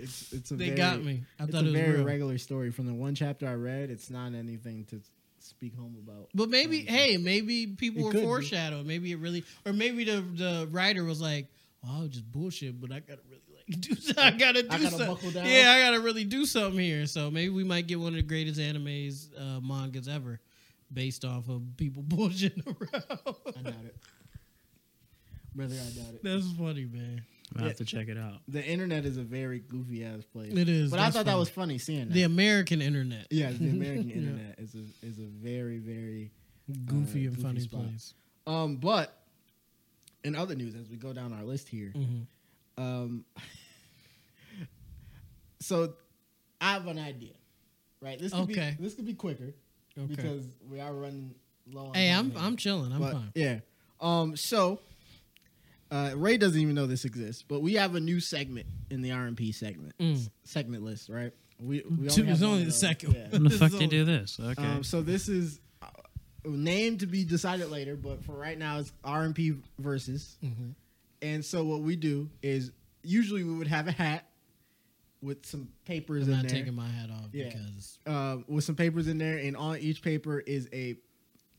S5: It's, it's a
S3: they
S5: very,
S3: got me. I
S5: it's
S3: thought
S5: a
S3: it was
S5: very
S3: real.
S5: regular story from the one chapter I read. It's not anything to speak home about.
S3: But maybe, hey, maybe
S5: It
S3: people were
S5: could be.
S3: foreshadowed. Maybe it really, or maybe the the writer was like, "Oh, I was just bullshit," but I gotta really like do. so- I gotta do
S5: I gotta
S3: something.
S5: buckle down.
S3: Yeah, I gotta really do something here. So maybe we might get one of the greatest animes uh, mangas ever, based off of people bullshitting
S5: I
S3: around.
S5: doubt it, brother. I doubt it.
S3: That's funny, man.
S2: I'll have to check it out.
S5: The internet is a very goofy ass place.
S3: It is,
S5: But I
S3: that's
S5: thought that
S3: funny.
S5: was funny seeing that.
S3: The American internet,
S5: yeah, the American internet is a is a very very
S3: goofy
S5: Uh,
S3: and
S5: goofy
S3: funny
S5: spot.
S3: place.
S5: um. But in other news, as we go down our list here,
S3: Mm-hmm.
S5: um, so I have an idea, right? This could
S3: Okay.
S5: be this could be quicker
S3: Okay.
S5: because we are running low on
S3: Hey, I'm
S5: dopamine.
S3: I'm chilling. I'm
S5: But,
S3: fine.
S5: Yeah. Um. So, uh, Ray doesn't even know this exists, but we have a new segment in the RMP segment
S3: Mm.
S5: s- segment list, right? We, we
S3: Two-
S5: have
S3: it's
S5: one
S3: only
S5: of
S3: the
S5: those.
S3: second
S5: Yeah.
S3: one.
S6: When the
S3: This
S6: fuck
S3: is
S6: they
S3: all-
S6: do this? Okay.
S5: Um, so this is uh, a name to be decided later, but for right now it's RMP versus.
S3: Mhm.
S5: And so what we do is usually we would have a hat with some papers
S3: I'm
S5: in
S3: not
S5: there.
S3: taking my hat off
S5: Yeah.
S3: because
S5: uh, with some papers in there, and on each paper is a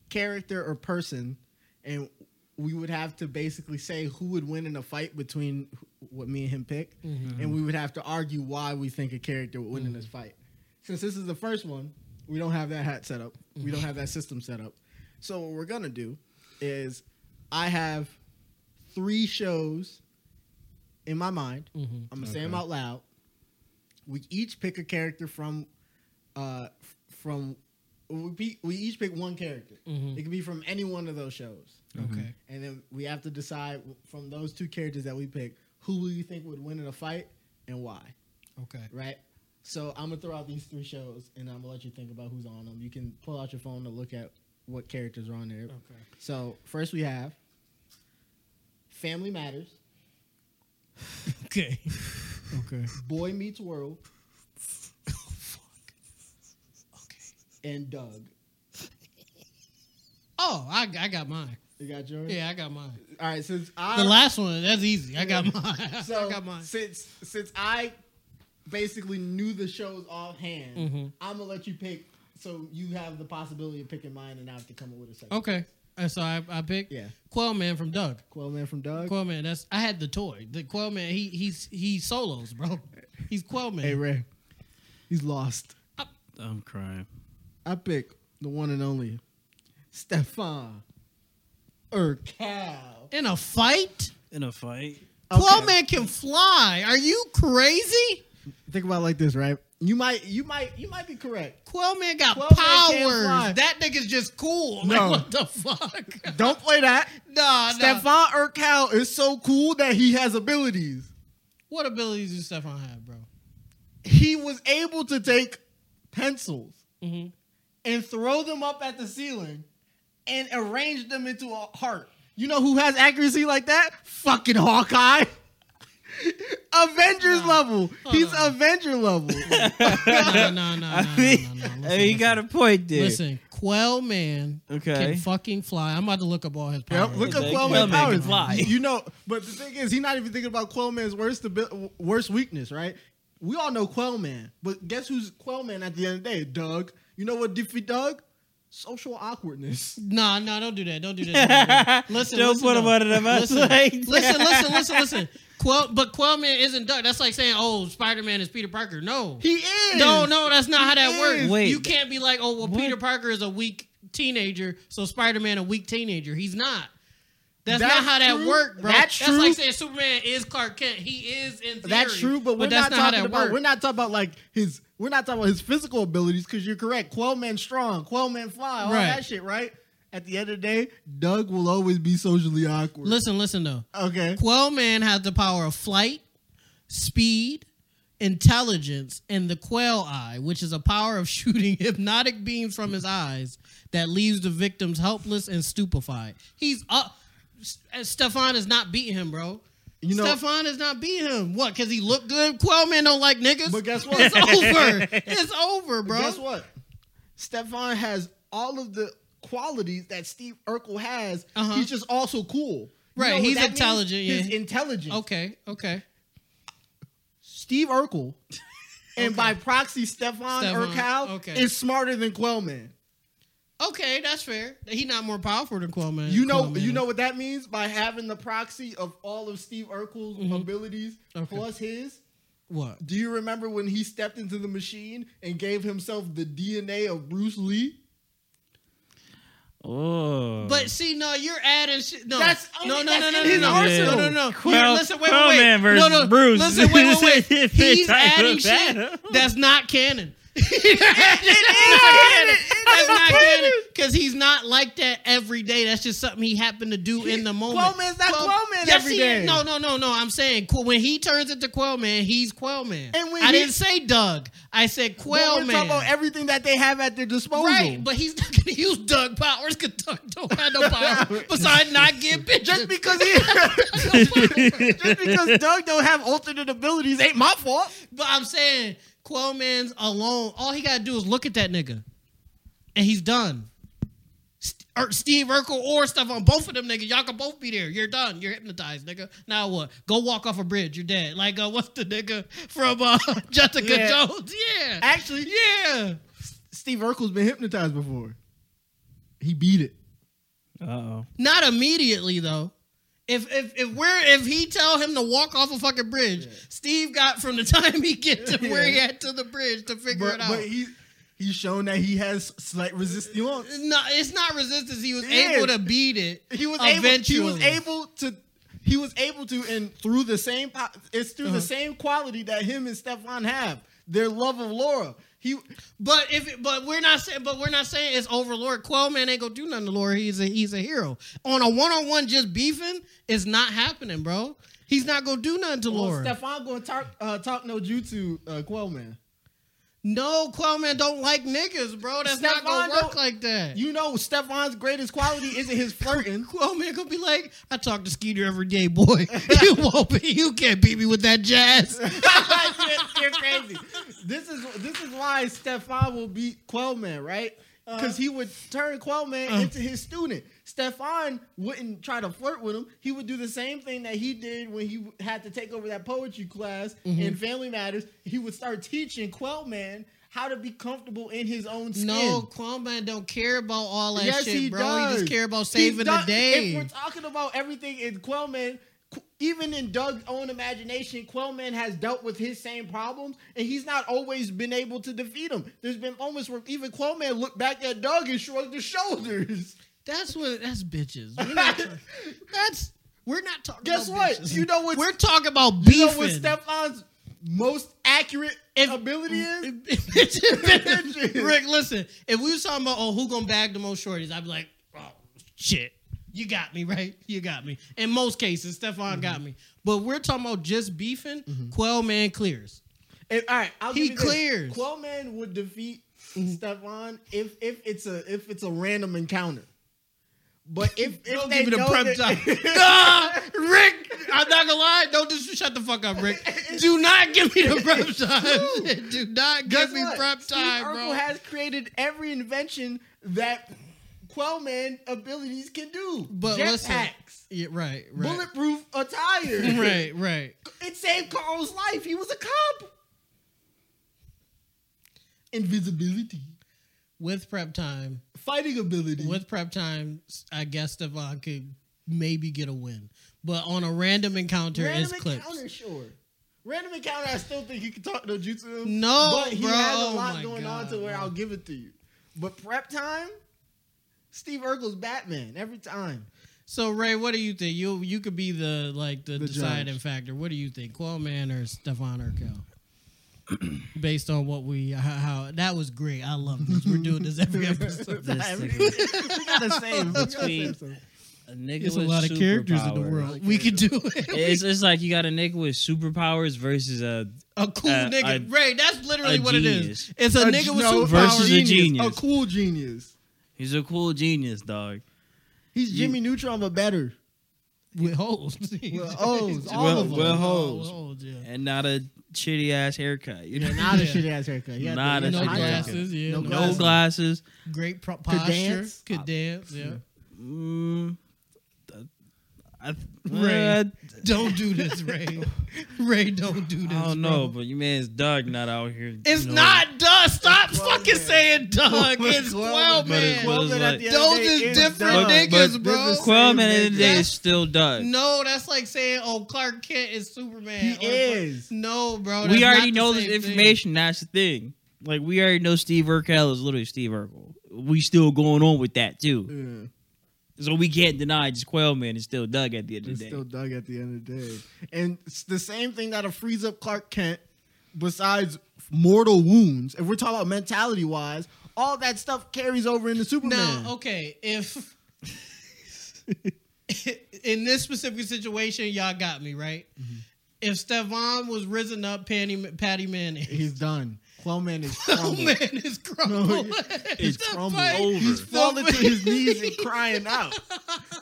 S5: character or person, and we would have to basically say who would win in a fight between wh- what me and him pick, and we would have to argue why we think a character would win in this fight. Since this is the first one, we don't have that hat set up. We don't have that system set up. So what we're gonna do is, I have three shows in my mind.
S3: Mhm.
S5: I'm gonna 'em say them
S2: Okay.
S5: out loud. We each pick a character from, uh, f- from we, pe- we each pick one character.
S3: Mhm.
S5: It can be from any one of those shows,
S3: okay,
S5: and then we have to decide w- from those two characters that we pick who we think would win in a fight and why.
S3: okay,
S5: Right. So I'm gonna throw out these three shows, and I'm gonna let you think about who's on them. You can pull out your phone to look at what characters are on there.
S3: okay.
S5: So first we have Family Matters,
S3: Okay. okay.
S5: Boy Meets World,
S3: Oh, fuck. Okay.
S5: and Doug.
S3: Oh, I, I got mine.
S5: You got yours?
S3: Yeah, I got mine.
S5: All right, since I
S3: The last one, that's easy. I got mine.
S5: Uh, so
S3: I got mine.
S5: since since I basically knew the shows offhand,
S3: Mhm.
S5: I'm gonna let you pick. So you have the possibility of picking mine, and I have to come up with a second.
S3: Okay. And so I, I picked
S5: Yeah.
S3: Quail Man from Doug.
S5: Quail Man from Doug.
S3: Quail Man, that's I had the toy. The Quail Man, he he's he solos, bro. He's Quail Man.
S5: Hey Ray, he's lost.
S6: I'm crying.
S5: I pick the one and only Stefan Urkel.
S3: In a fight?
S6: In a fight.
S3: Quail Man can fly. Are you crazy?
S5: Think about it like this, right? You might, you might, you might be correct.
S3: Quail Man got
S5: Quail Man can't
S3: powers.
S5: fly.
S3: that nigga's just cool.
S5: No.
S3: Like, what the fuck?
S5: Don't play that.
S3: nah, nah.
S5: Stefan Urkel is so cool that he has abilities.
S3: What abilities does Stefan have, bro?
S5: he was able to take pencils
S3: Mhm.
S5: and throw them up at the ceiling and arrange them into a heart. You know who has accuracy like that? Fucking Hawkeye. Avengers level. He's
S3: on.
S5: Avenger level.
S3: No, no, no, no,
S2: I mean,
S3: no, no, no.
S2: I mean, you got a point there.
S3: Listen, Quell Man
S2: Okay.
S3: can fucking fly. I'm about to look up all his powers.
S5: yep, look
S2: Yeah,
S5: at
S2: they
S5: Quail
S2: can-
S5: Man's
S2: they can
S5: powers.
S2: fly.
S5: You you know, but the thing is, he's not even thinking about Quail Man's worst abi- worst weakness, right? We all know Quail Man, but guess who's Quail Man at the end of the day? Doug. You know what defeat Doug? Social awkwardness.
S3: No, no, don't do that. Don't do that. Don't do that. Listen,
S2: Don't
S3: listen,
S2: put him
S3: though.
S2: under the bus
S3: Listen,
S2: like
S3: listen,
S2: that.
S3: listen, listen, listen. Quell, but Quell Man isn't Doug. That's like saying, oh, Spider Man is Peter Parker. No,
S5: He is.
S3: no, no, that's not how that
S5: He
S3: works.
S5: is.
S2: Wait.
S3: you can't be like, oh, well,
S2: What?
S3: Peter Parker is a weak teenager, so Spider Man a weak teenager. He's not. That's,
S5: That's
S3: not how that
S5: true.
S3: worked, bro.
S5: That's
S3: That's like
S5: true.
S3: saying Superman is Clark Kent. He is in theory.
S5: That's true, but we're
S3: that's
S5: not,
S3: how
S5: talking
S3: that
S5: about
S3: worked.
S5: we're not talking about like his we're not talking about his physical abilities because you're correct. Quell man strong, Quell man fly, all
S3: Right.
S5: that shit, right? At the end of the day, Doug will always be socially awkward.
S3: Listen, listen though.
S5: okay,
S3: Quell Man has the power of flight, speed, intelligence, and the Quell Eye, which is a power of shooting hypnotic beams from his eyes that leaves the victims helpless and stupefied. He's up. Stefan is not beating him, bro.
S5: you know.
S3: Stefan is not beating him. What? Because he look good. Quell Man don't like niggas.
S5: But guess what?
S3: It's over. It's over, bro.
S5: Guess what? Stefan has all of the qualities that Steve Urkel has.
S3: Uh-huh.
S5: He's just also cool. You
S3: Right,
S5: know what
S3: he's
S5: that means?
S3: intelligent, yeah. Oh,
S5: His intelligence.
S3: Okay. Okay.
S5: Steve Urkel, and by proxy, Stefan,
S3: Stefan,
S5: Urkel
S3: okay.
S5: is smarter than Quell man.
S3: Okay, that's fair. He not more powerful than Quell Man.
S5: You know,
S3: Quell Man
S5: you
S3: is.
S5: know what that means by having the proxy of all of Steve Urkel's abilities
S3: Mm-hmm. Okay.
S5: plus his.
S3: what?
S5: Do you remember when he stepped into the machine and gave himself the DNA of Bruce Lee?
S2: Oh.
S3: But see, no, you're adding shit. No,
S5: That's-
S3: no, no,
S5: that's
S3: no,
S5: in
S3: no,
S5: his
S3: no,
S5: arsenal.
S3: No, no, no.
S2: Quell-
S3: Here, listen, wait, wait,
S2: Quellman
S3: wait.
S2: versus
S3: no, no,
S2: Bruce.
S3: Listen, wait, wait, wait.
S2: They
S3: He's
S2: type
S3: adding
S2: of that
S3: shit
S2: up.
S3: that's not canon. That's not canon because he's not like that every day. That's just something he happened to do in the moment.
S5: Quell Man's not Quell Man
S3: yes,
S5: every
S3: he
S5: day.
S3: is. No, no, no, no. I'm saying Qu- when he turns into Quell Man, he's Quell Man.
S5: And when
S3: I
S5: he-
S3: didn't say Doug. I said
S5: Well,
S3: Quell
S5: we're
S3: Man.
S5: talking about everything that they have at their disposal.
S3: Right, but he's not gonna use Doug Powers because Doug don't have no power besides not get bitches.
S5: just because he, just because Doug don't have alternate abilities ain't my fault.
S3: But I'm saying Quell Man's alone. All he gotta do is look at that nigga, and he's done. St- Er- Steve Urkel or stuff on both of them niggas. Y'all can both be there. You're done. You're hypnotized, nigga. Now what? Go walk off a bridge. You're dead. Like uh, what's the nigga from uh, Jessica
S5: Yeah.
S3: Jones? Yeah,
S5: Actually,
S3: yeah.
S5: Steve Urkel's been hypnotized before. He beat it.
S2: Uh oh.
S3: Not immediately though. If if if we're if he tell him to walk off a fucking bridge, Steve got from the time he get to where he at to the bridge to figure
S5: But,
S3: it out.
S5: but he he's shown that he has slight resistance.
S3: no, it's not resistance. He was
S5: It
S3: able
S5: is.
S3: to beat it.
S5: He was
S3: eventually.
S5: able. He was able to. He was able to, and through the same, po- it's through
S3: Uh-huh.
S5: the same quality that him and Stefan have. Their love of Laura. He oh,
S3: But if it- but we're not saying but we're not saying it's over Lord. Quell man ain't gonna do nothing to Lord. He's a he's a hero. On a one on one just beefing is not happening, bro. He's not gonna do nothing to
S5: well,
S3: Lord.
S5: Stefan going to talk, uh, talk no jutsu, uh, Quell man.
S3: no, Quell man don't like niggas, bro. That's not
S5: Stephon
S3: gonna work
S5: don't-
S3: like that.
S5: You know Stefan's greatest quality isn't his flirting.
S3: Quell man gonna be like, I talk to Skeeter every day, boy. you won't be, you can't beat me with that jazz.
S5: You're crazy. This is this is why Stefan will beat Quellman, right?
S3: Uh-huh.
S5: Because he would turn Quellman
S3: Uh.
S5: into his student. Stefan wouldn't try to flirt with him. He would do the same thing that he did when he had to take over that poetry class
S3: Mm-hmm.
S5: in Family Matters. He would start teaching Quellman how to be comfortable in his own skin.
S3: No, Quell man don't care about all that
S5: yes,
S3: shit,
S5: he
S3: bro.
S5: does.
S3: He just care about
S5: He
S3: saving the
S5: does-
S3: day.
S5: If we're talking about everything in Quellman, Qu- even in Doug's own imagination, Quellman has dealt with his same problems, and he's not always been able to defeat him. There's been moments where even Quellman looked back at Doug and shrugged his shoulders.
S3: That's what. That's bitches. We're not ta- that's we're not talking.
S5: Guess
S3: about
S5: what?
S3: bitches.
S5: You know what?
S3: We're talking about
S5: you
S3: beefing.
S5: know what Stefan's most accurate
S3: If-
S5: ability is?
S3: Bitches. Rick, listen. If we was talking about oh who gonna bag the most shorties, I'd be like, oh shit, you got me right. You got me. In most cases, Stefan got me. But we're talking about just beefing. Quell man clears.
S5: If- all right, I'll
S3: He
S5: give you this.
S3: clears. Mm-hmm.
S5: Quellman would defeat Stefan if if it's a if it's a random encounter. But if, if
S3: Don't
S5: they
S3: give me the
S5: know
S3: prep
S5: that-
S3: time. Nah, Rick, I'm not gonna lie. Don't just shut the fuck up, Rick. Do not give me the prep time. Do not give
S5: Guess
S3: me
S5: what?
S3: prep
S5: Steve
S3: time,
S5: Urkel
S3: bro.
S5: has created every invention that Quellman abilities can do.
S3: But listen,
S5: Jetpacks,
S3: yeah, right, right,
S5: bulletproof attire.
S3: right, right.
S5: It saved Carl's life. He was a cop. Invisibility.
S3: With prep time,
S5: Fighting ability.
S3: with prep time, I guess Devon could maybe get a win. But on a random encounter,
S5: Random
S3: it's clips.
S5: encounter, sure. Random encounter, I still think he can talk no jutsu.
S3: No,
S5: but he
S3: bro.
S5: has a
S3: Oh
S5: lot
S3: my
S5: going on
S3: God,
S5: to where
S3: bro.
S5: I'll give it to you. But prep time, Steve Urkel's Batman every time.
S3: So Ray, what do you think? You you could be the like the,
S5: The
S3: deciding
S5: judge.
S3: factor. What do you think, Quellman or Stefan Urkel? Based on what we how, how that was great. I love this. We're doing this every episode.
S2: This nigga.
S5: we gotta save. we gotta save something.
S2: A nigga
S3: There's a
S2: with
S3: lot of characters in the
S2: superpowers.
S3: world. We could do it.
S2: It's, it's like you got a nigga with superpowers versus a
S3: A cool
S2: Uh,
S3: nigga.
S2: a-
S3: Ray, that's literally
S2: a
S3: what
S2: genius.
S3: it is. It's a,
S5: A-
S3: nigga with
S5: no,
S3: superpowers.
S2: Versus a genius.
S5: A cool genius.
S2: He's a cool genius, dog.
S5: He's Jimmy Neutron, but better.
S3: with holes.
S5: With holes, all
S2: Well- of them. well, holes.
S3: With yeah.
S2: And not a shitty ass haircut. You know?
S5: Not
S3: a shitty
S5: ass haircut.
S2: He had Not the- a
S3: No
S2: shitty Yeah.
S3: glasses, yeah.
S5: No
S3: No,
S2: No
S5: glasses.
S2: glasses.
S3: Great pro- posture.
S5: dance.
S3: Could dance, yeah.
S2: Mm, I,
S3: Ray.
S2: I,
S3: Don't do this, Ray. Ray, don't do this.
S2: I don't
S3: bro.
S2: know, but your man's Doug not out here. you
S3: It's
S2: know.
S3: not Doug. Stop
S5: Quell
S3: fucking
S5: Man.
S3: saying Doug. It's
S5: Quell
S3: Quell
S2: Man.
S3: Man.
S2: But it's like-
S3: Those is different
S2: But-
S3: niggas,
S2: but
S3: bro.
S2: Quell man in the day
S3: That's-
S2: is still Doug.
S3: No, that's like saying, oh, Clark Kent is Superman.
S5: He
S3: Or-
S5: is.
S3: No, bro. Oh, that's
S2: we
S3: not
S2: already
S3: the
S2: know this
S3: same thing.
S2: information. That's the thing. Like we already know Steve Urkel is literally Steve Urkel. We still going on with that too.
S5: Yeah,
S2: So we can't deny just Quell man is still Doug at the end of
S5: it's
S2: the day.
S5: still Doug at the end of the day, and it's the same thing that'll freeze up Clark Kent. Besides
S1: mortal wounds. If we're talking about mentality wise, all that stuff carries over into Superman.
S3: Now, okay, if in this specific situation, y'all got me right.
S2: Mm-hmm.
S3: If Stefan was risen up, Patty, Patty Manning,
S1: He's done. Quellman is
S3: oh
S1: crumbled.
S3: man, is crumbling.
S5: It's
S3: The
S5: crumbled
S3: fight-
S5: over.
S1: falling to his knees and crying out.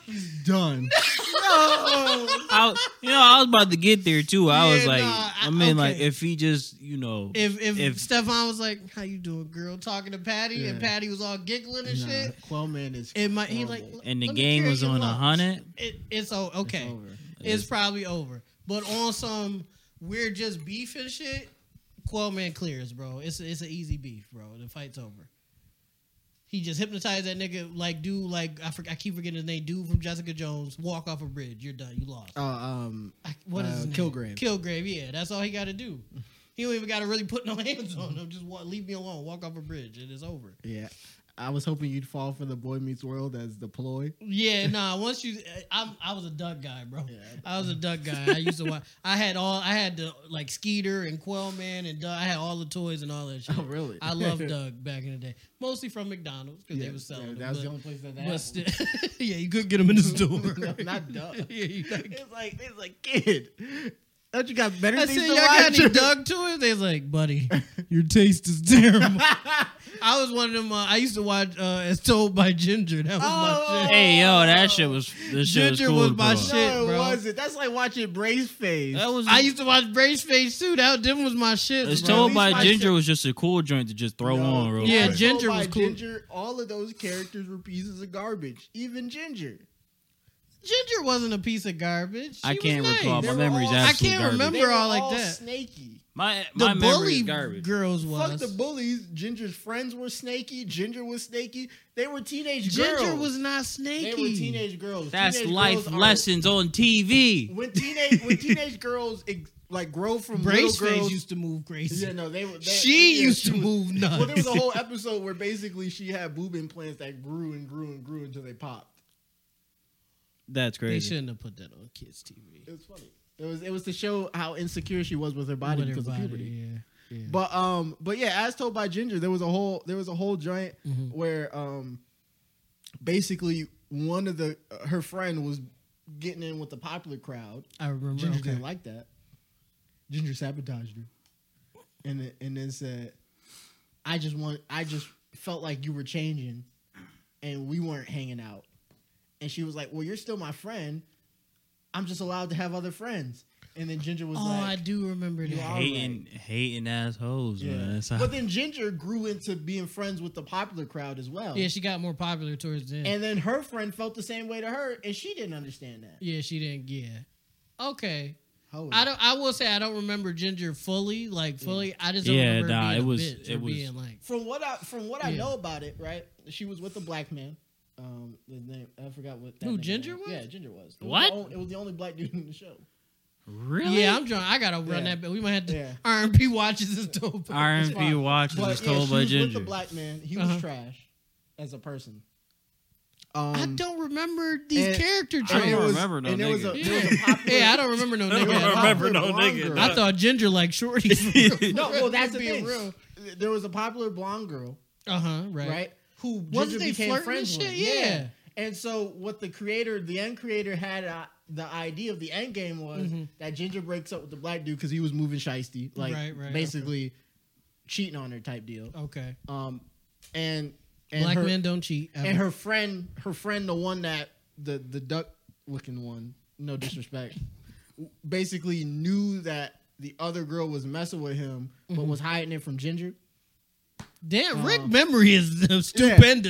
S1: He's done. No.
S5: I, you know, I was about to get there too. I was
S3: Yeah,
S5: like,
S3: nah, I-
S5: I mean, like
S3: okay.
S5: if he just, you know,
S3: If if,
S5: If-
S3: Stefan was like, "How you doing, girl?" talking to Patty, and
S1: Yeah.
S3: Patty was all giggling and shit,
S1: Quellman is
S3: it might he like,
S1: horrible.
S5: and the
S3: "Let me
S5: game
S3: carry
S5: was
S3: your
S5: on a
S3: lunch."
S5: hundred,
S3: It, it's oh, okay. It's,
S1: over.
S3: probably over. But on some we're just beefing shit, Quellman clears, bro. It's it's an easy beef, bro. The fight's over. He just hypnotized that nigga like dude like I forg I keep forgetting his name. Dude from Jessica Jones walk off a bridge. You're done. You lost.
S1: Uh, um,
S3: I, what is
S1: Uh,
S3: his name?
S1: Kilgrave.
S3: Kilgrave, yeah. That's all he got to do. He don't even got to really put no hands on him. Just walk, leave me alone. Walk off a bridge. It is over.
S1: yeah. I was hoping you'd fall for the Boy Meets World as the ploy.
S3: Yeah, nah. Once you, I, I was a duck guy, bro.
S1: Yeah.
S3: I was a duck guy. I used to watch. I had all. I had the like Skeeter and Quellman and Doug. I had all the toys and all that shit.
S1: Oh, really?
S3: I loved Doug back in the day, mostly from McDonald's because they were selling.
S1: that was the
S3: them,
S1: only place that
S3: but, but
S1: that
S3: still, yeah, you could get them in the store.
S1: happened. Not Doug.
S3: yeah, you could.
S1: It's like it's like kid. Don't you got better
S3: I
S1: things
S3: said,
S1: to
S3: y'all got any
S1: watch?
S3: Doug toys? They was like, buddy, your taste is terrible. I was one of them. Uh, I used to watch uh, As Told by Ginger. That was
S1: Oh.
S3: my shit.
S5: hey yo, that shit was this shit was
S3: Ginger
S5: cool,
S3: was my
S5: bro.
S3: shit,
S1: no, it
S3: bro.
S1: wasn't. That's like watching Brace Face.
S3: Uh,
S5: That was
S3: I used to watch Brace Face too. That them was my shit.
S5: It's
S3: bro.
S5: told
S1: At least
S5: by
S1: my
S5: Ginger
S1: shit-
S5: was just a cool joint to just throw on real
S3: Yeah,
S5: quick.
S3: Gin- Ginger
S1: Told Oh, by
S3: was cool.
S1: Ginger, all of those characters were pieces of garbage. Even Ginger.
S3: Ginger wasn't a piece of garbage. She
S5: I
S3: was
S5: can't
S3: nice.
S5: recall.
S1: They
S5: My
S1: were
S5: memory's
S1: all-
S3: I
S5: absolute
S3: can't
S5: garbage.
S3: remember.
S1: They were
S3: all like that.
S1: Snaky.
S5: My
S3: The
S5: my memory
S3: bully
S5: is garbage.
S3: girls was.
S1: Fuck the bullies. Ginger's friends were snaky. Ginger was snaky. They were teenage girls.
S3: Ginger was not snaky.
S1: They were teenage girls.
S5: That's
S1: Teenage
S5: life
S1: girls are-
S5: lessons on TV.
S1: When teenage when teenage girls ex- like grow from
S3: Brace
S1: little
S3: Face
S1: girls.
S3: used to move crazy.
S1: yeah, no, they were. They,
S3: she
S1: yeah,
S3: used
S1: she
S3: to
S1: was-
S3: move nuts.
S1: Well, there was a whole episode where basically she had boob implants that grew and grew and grew until they popped.
S5: That's
S3: they
S5: crazy.
S3: shouldn't have put that on kids' TV.
S1: It was funny. It was it was to show how insecure she was with her body
S3: With her
S1: because
S3: body,
S1: of puberty.
S3: yeah.
S1: But um, but yeah, as told by Ginger, there was a whole there was a whole joint where um, basically one of the uh, her friend was getting in with the popular crowd.
S3: I remember.
S1: Ginger
S3: Okay.
S1: didn't like that. Ginger sabotaged her, and then- and then said, "I just want I just felt like you were changing, and we weren't hanging out." And she was like, "Well, you're still my friend. I'm just allowed to have other friends." And then Ginger was
S3: Oh,
S1: like,
S3: I do remember
S1: You
S3: that.
S1: are-
S5: Hating hating assholes, man. That's how,
S1: but then Ginger grew into being friends with the popular crowd as well.
S3: Yeah, she got more popular towards the end.
S1: and then her friend felt the same way to her, and she didn't understand that.
S3: yeah, she didn't. Yeah. Okay.
S1: Holy-
S3: I don't. I will say I don't remember Ginger fully, like fully. I just don't
S5: Yeah,
S3: remember
S5: nah,
S3: being
S5: it
S3: a
S5: was-
S3: bitch
S5: it
S3: or
S5: was-
S3: being like.
S1: from what I from what I
S3: Yeah.
S1: know about it, right? She was with a black man. Um, his name I forgot what. That
S3: Who,
S1: nigga
S3: Ginger
S1: name-
S3: was?
S1: Yeah, Ginger was. It was
S5: What?
S1: the only- it was the only black dude in the show.
S5: really?
S3: Yeah, I'm drunk. I gotta run
S1: Yeah.
S3: that. But we might have to.
S1: Yeah.
S3: RMP watches this dope.
S5: R&B
S1: fine.
S5: watches
S1: But
S5: is
S1: yeah,
S5: told
S1: she
S5: by
S1: was with
S5: Ginger.
S1: the black man. He
S3: Uh-huh.
S1: was trash as a person.
S3: I
S1: Um,
S3: don't remember these
S1: and-
S3: character
S1: and
S5: don't
S1: it
S3: traits.
S1: was-
S5: remember no
S1: and there was a-
S5: nigga.
S1: there was a popular-
S3: Yeah, I don't remember no
S5: I don't
S1: there was a
S3: nigga.
S5: remember no
S1: popular
S5: nigga.
S1: blonde
S3: I
S1: girl.
S3: thought Ginger like shorty.
S1: No, well, that's the thing.
S3: Being real.
S1: There was a popular blonde girl
S3: Uh huh. Right.
S1: right? Who
S3: Wasn't
S1: Ginger
S3: they
S1: became
S3: flirting
S1: friends
S3: and shit?
S1: with.
S3: Yeah.
S1: And so what the creator, the end creator, had uh, the idea of the end game was that Ginger breaks up with the black dude because he was moving shisty, like
S3: Right, right,
S1: basically cheating on her type deal.
S3: Okay.
S1: Um, and and
S3: Black
S1: her,
S3: men don't cheat.
S1: and her friend, her friend, the one that the the duck looking one, no disrespect, w- basically knew that the other girl was messing with him, but was hiding it from Ginger.
S3: Damn, Rick
S1: Uh,
S3: memory is stupendous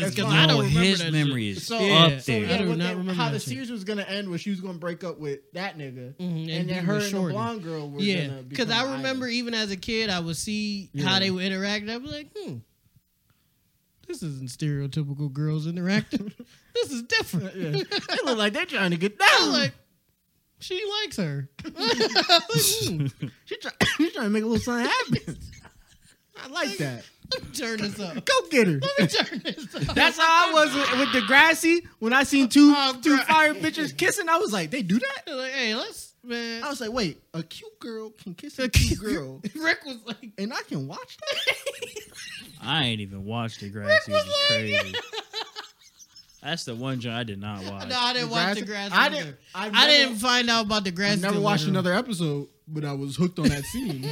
S1: that's
S3: because
S1: fine.
S3: I
S5: No,
S3: don't remember
S5: his
S3: that
S5: memory is
S1: So,
S3: Yeah.
S5: up
S1: so
S5: there.
S1: yeah,
S3: I do
S1: what
S3: not
S1: they-
S3: remember
S1: how
S3: that
S1: the
S3: shit.
S1: series was gonna end was she was gonna break up with that nigga,
S3: Mhm,
S1: Mm-hmm, and,
S3: and
S1: then
S3: be
S1: her and
S3: with
S1: the
S3: Shorty.
S1: blonde girl were
S3: Shit. Yeah,
S1: gonna
S3: because
S1: because
S3: I remember even as a kid, I would see how
S1: Yeah.
S3: they would interact. and I was like, hmm, this isn't stereotypical girls interacting. this is different.
S1: they look like they're trying to get
S3: I
S1: down.
S3: was like,
S1: Like
S3: she likes her. I was like, "Hmm,
S1: she try, she's trying to make a little something happen. I like that.
S3: let me turn this up.
S1: Go get her.
S3: Let me turn this up.
S1: That's how I was with, with Degrassi when I seen two
S3: Oh,
S1: two
S3: Christ.
S1: fire bitches kissing. I was like, they do that.
S3: They're like, hey, let's man.
S1: Oh.
S5: I was like, wait, a cute girl can kiss a cute girl,
S3: Rick was like,
S5: and I can watch that.
S2: I ain't even watched the grass. Seed. It's crazy. That's the one joint I did not watch.
S3: no, I didn't watch the grass.
S5: I
S3: either.
S5: didn't. I've
S3: I
S5: never-
S3: didn't find out about the grass.
S5: I've never
S3: till
S5: watched
S3: later.
S5: another episode, but I was hooked on that scene.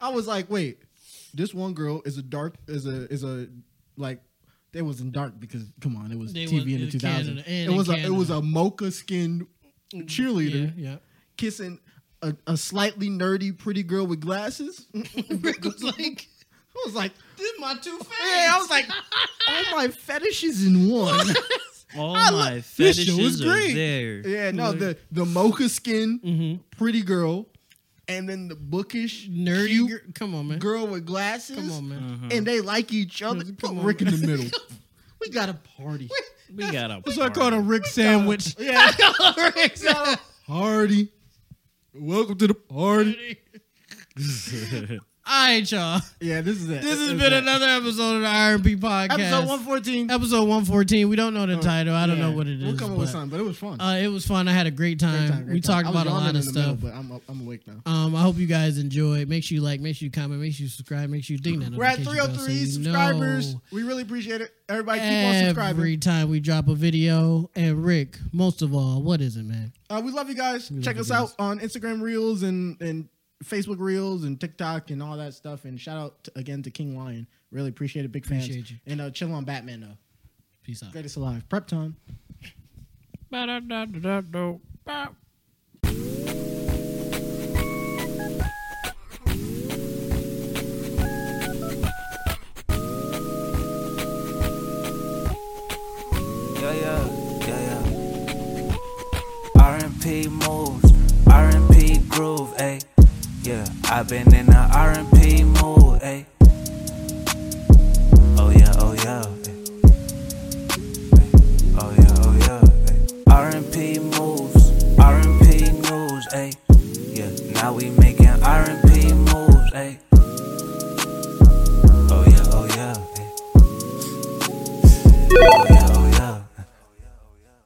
S5: I was like, wait, this one girl is a dark is a is a like they wasn't dark because come on, it was
S3: They
S5: TV
S3: was-
S5: in the
S3: in
S5: two thousand.
S3: Canada, and
S5: It
S3: in
S5: was a it
S3: Canada.
S5: was a mocha skinned cheerleader
S3: Yeah, yeah.
S5: kissing a, a slightly nerdy pretty girl with glasses. I
S3: Rick was like,
S5: was like,
S3: "This is my two fans."
S5: yeah, I was like, all my fetishes in one.
S2: All
S5: I lo-
S2: my
S5: this shit
S2: fetishes
S5: was great.
S2: are there.
S5: yeah, no, the the mocha skin
S3: Mhm.
S5: pretty girl, and then the bookish
S3: "Nerdy,
S5: cute
S3: gir- come on, man,
S5: girl with glasses.
S3: come on, man." Mm-hmm.
S2: Uh-huh.
S5: and they like each other.
S3: Come
S5: Put
S3: on.
S5: Rick in the middle. we got a party.
S2: We got a.
S7: That's what I call a Rick sandwich.
S5: Yeah, Rick's got a party. Welcome to the party.
S2: party.
S3: All right, y'all.
S5: Yeah, this is it.
S3: This has
S5: is
S3: been
S5: it.
S3: another episode of the R&B podcast.
S5: episode one fourteen.
S3: Episode 114. We don't know the title. I don't know what it is.
S5: We'll come up with
S3: but,
S5: something, but it was fun.
S3: Uh, it was fun. I had a great time.
S5: Great time, great
S3: we
S5: time.
S3: talked
S5: I was
S3: about a
S5: yawning
S3: lot
S5: in
S3: of
S5: the middle,
S3: stuff.
S5: but I'm, I'm awake now.
S3: um, I hope you guys enjoyed. Make sure you like. Make sure you comment. Make sure you subscribe. Make sure you ding that.
S5: We're at
S3: notification bell so
S5: 303
S3: you
S5: subscribers.
S3: know
S5: We really appreciate it. Everybody, keep on
S3: Every
S5: subscribing.
S3: time we drop a video, and Rick, most of all, what is it, man?
S5: Uh, we love you guys.
S3: We
S5: Check
S3: love
S5: us
S3: you
S5: out on Instagram Reels and and Facebook Reels and TikTok and all that stuff. And shout out to, again to King Lion. Really appreciate it. Big fans.
S3: Appreciate you.
S5: And uh, chill on Batman though.
S3: Peace out.
S5: Greatest alive. Prep time.
S8: Yeah, yeah, yeah, yeah. R&P moves, R&P groove, ayy. Yeah, i been in a R&P mood, ayy. Oh yeah, oh yeah, ayy. Ayy, Oh yeah, oh yeah, ayy. R&P moves, R&P news, ayy. Oh, Yeah, now we making R&P moves, ayy. Oh,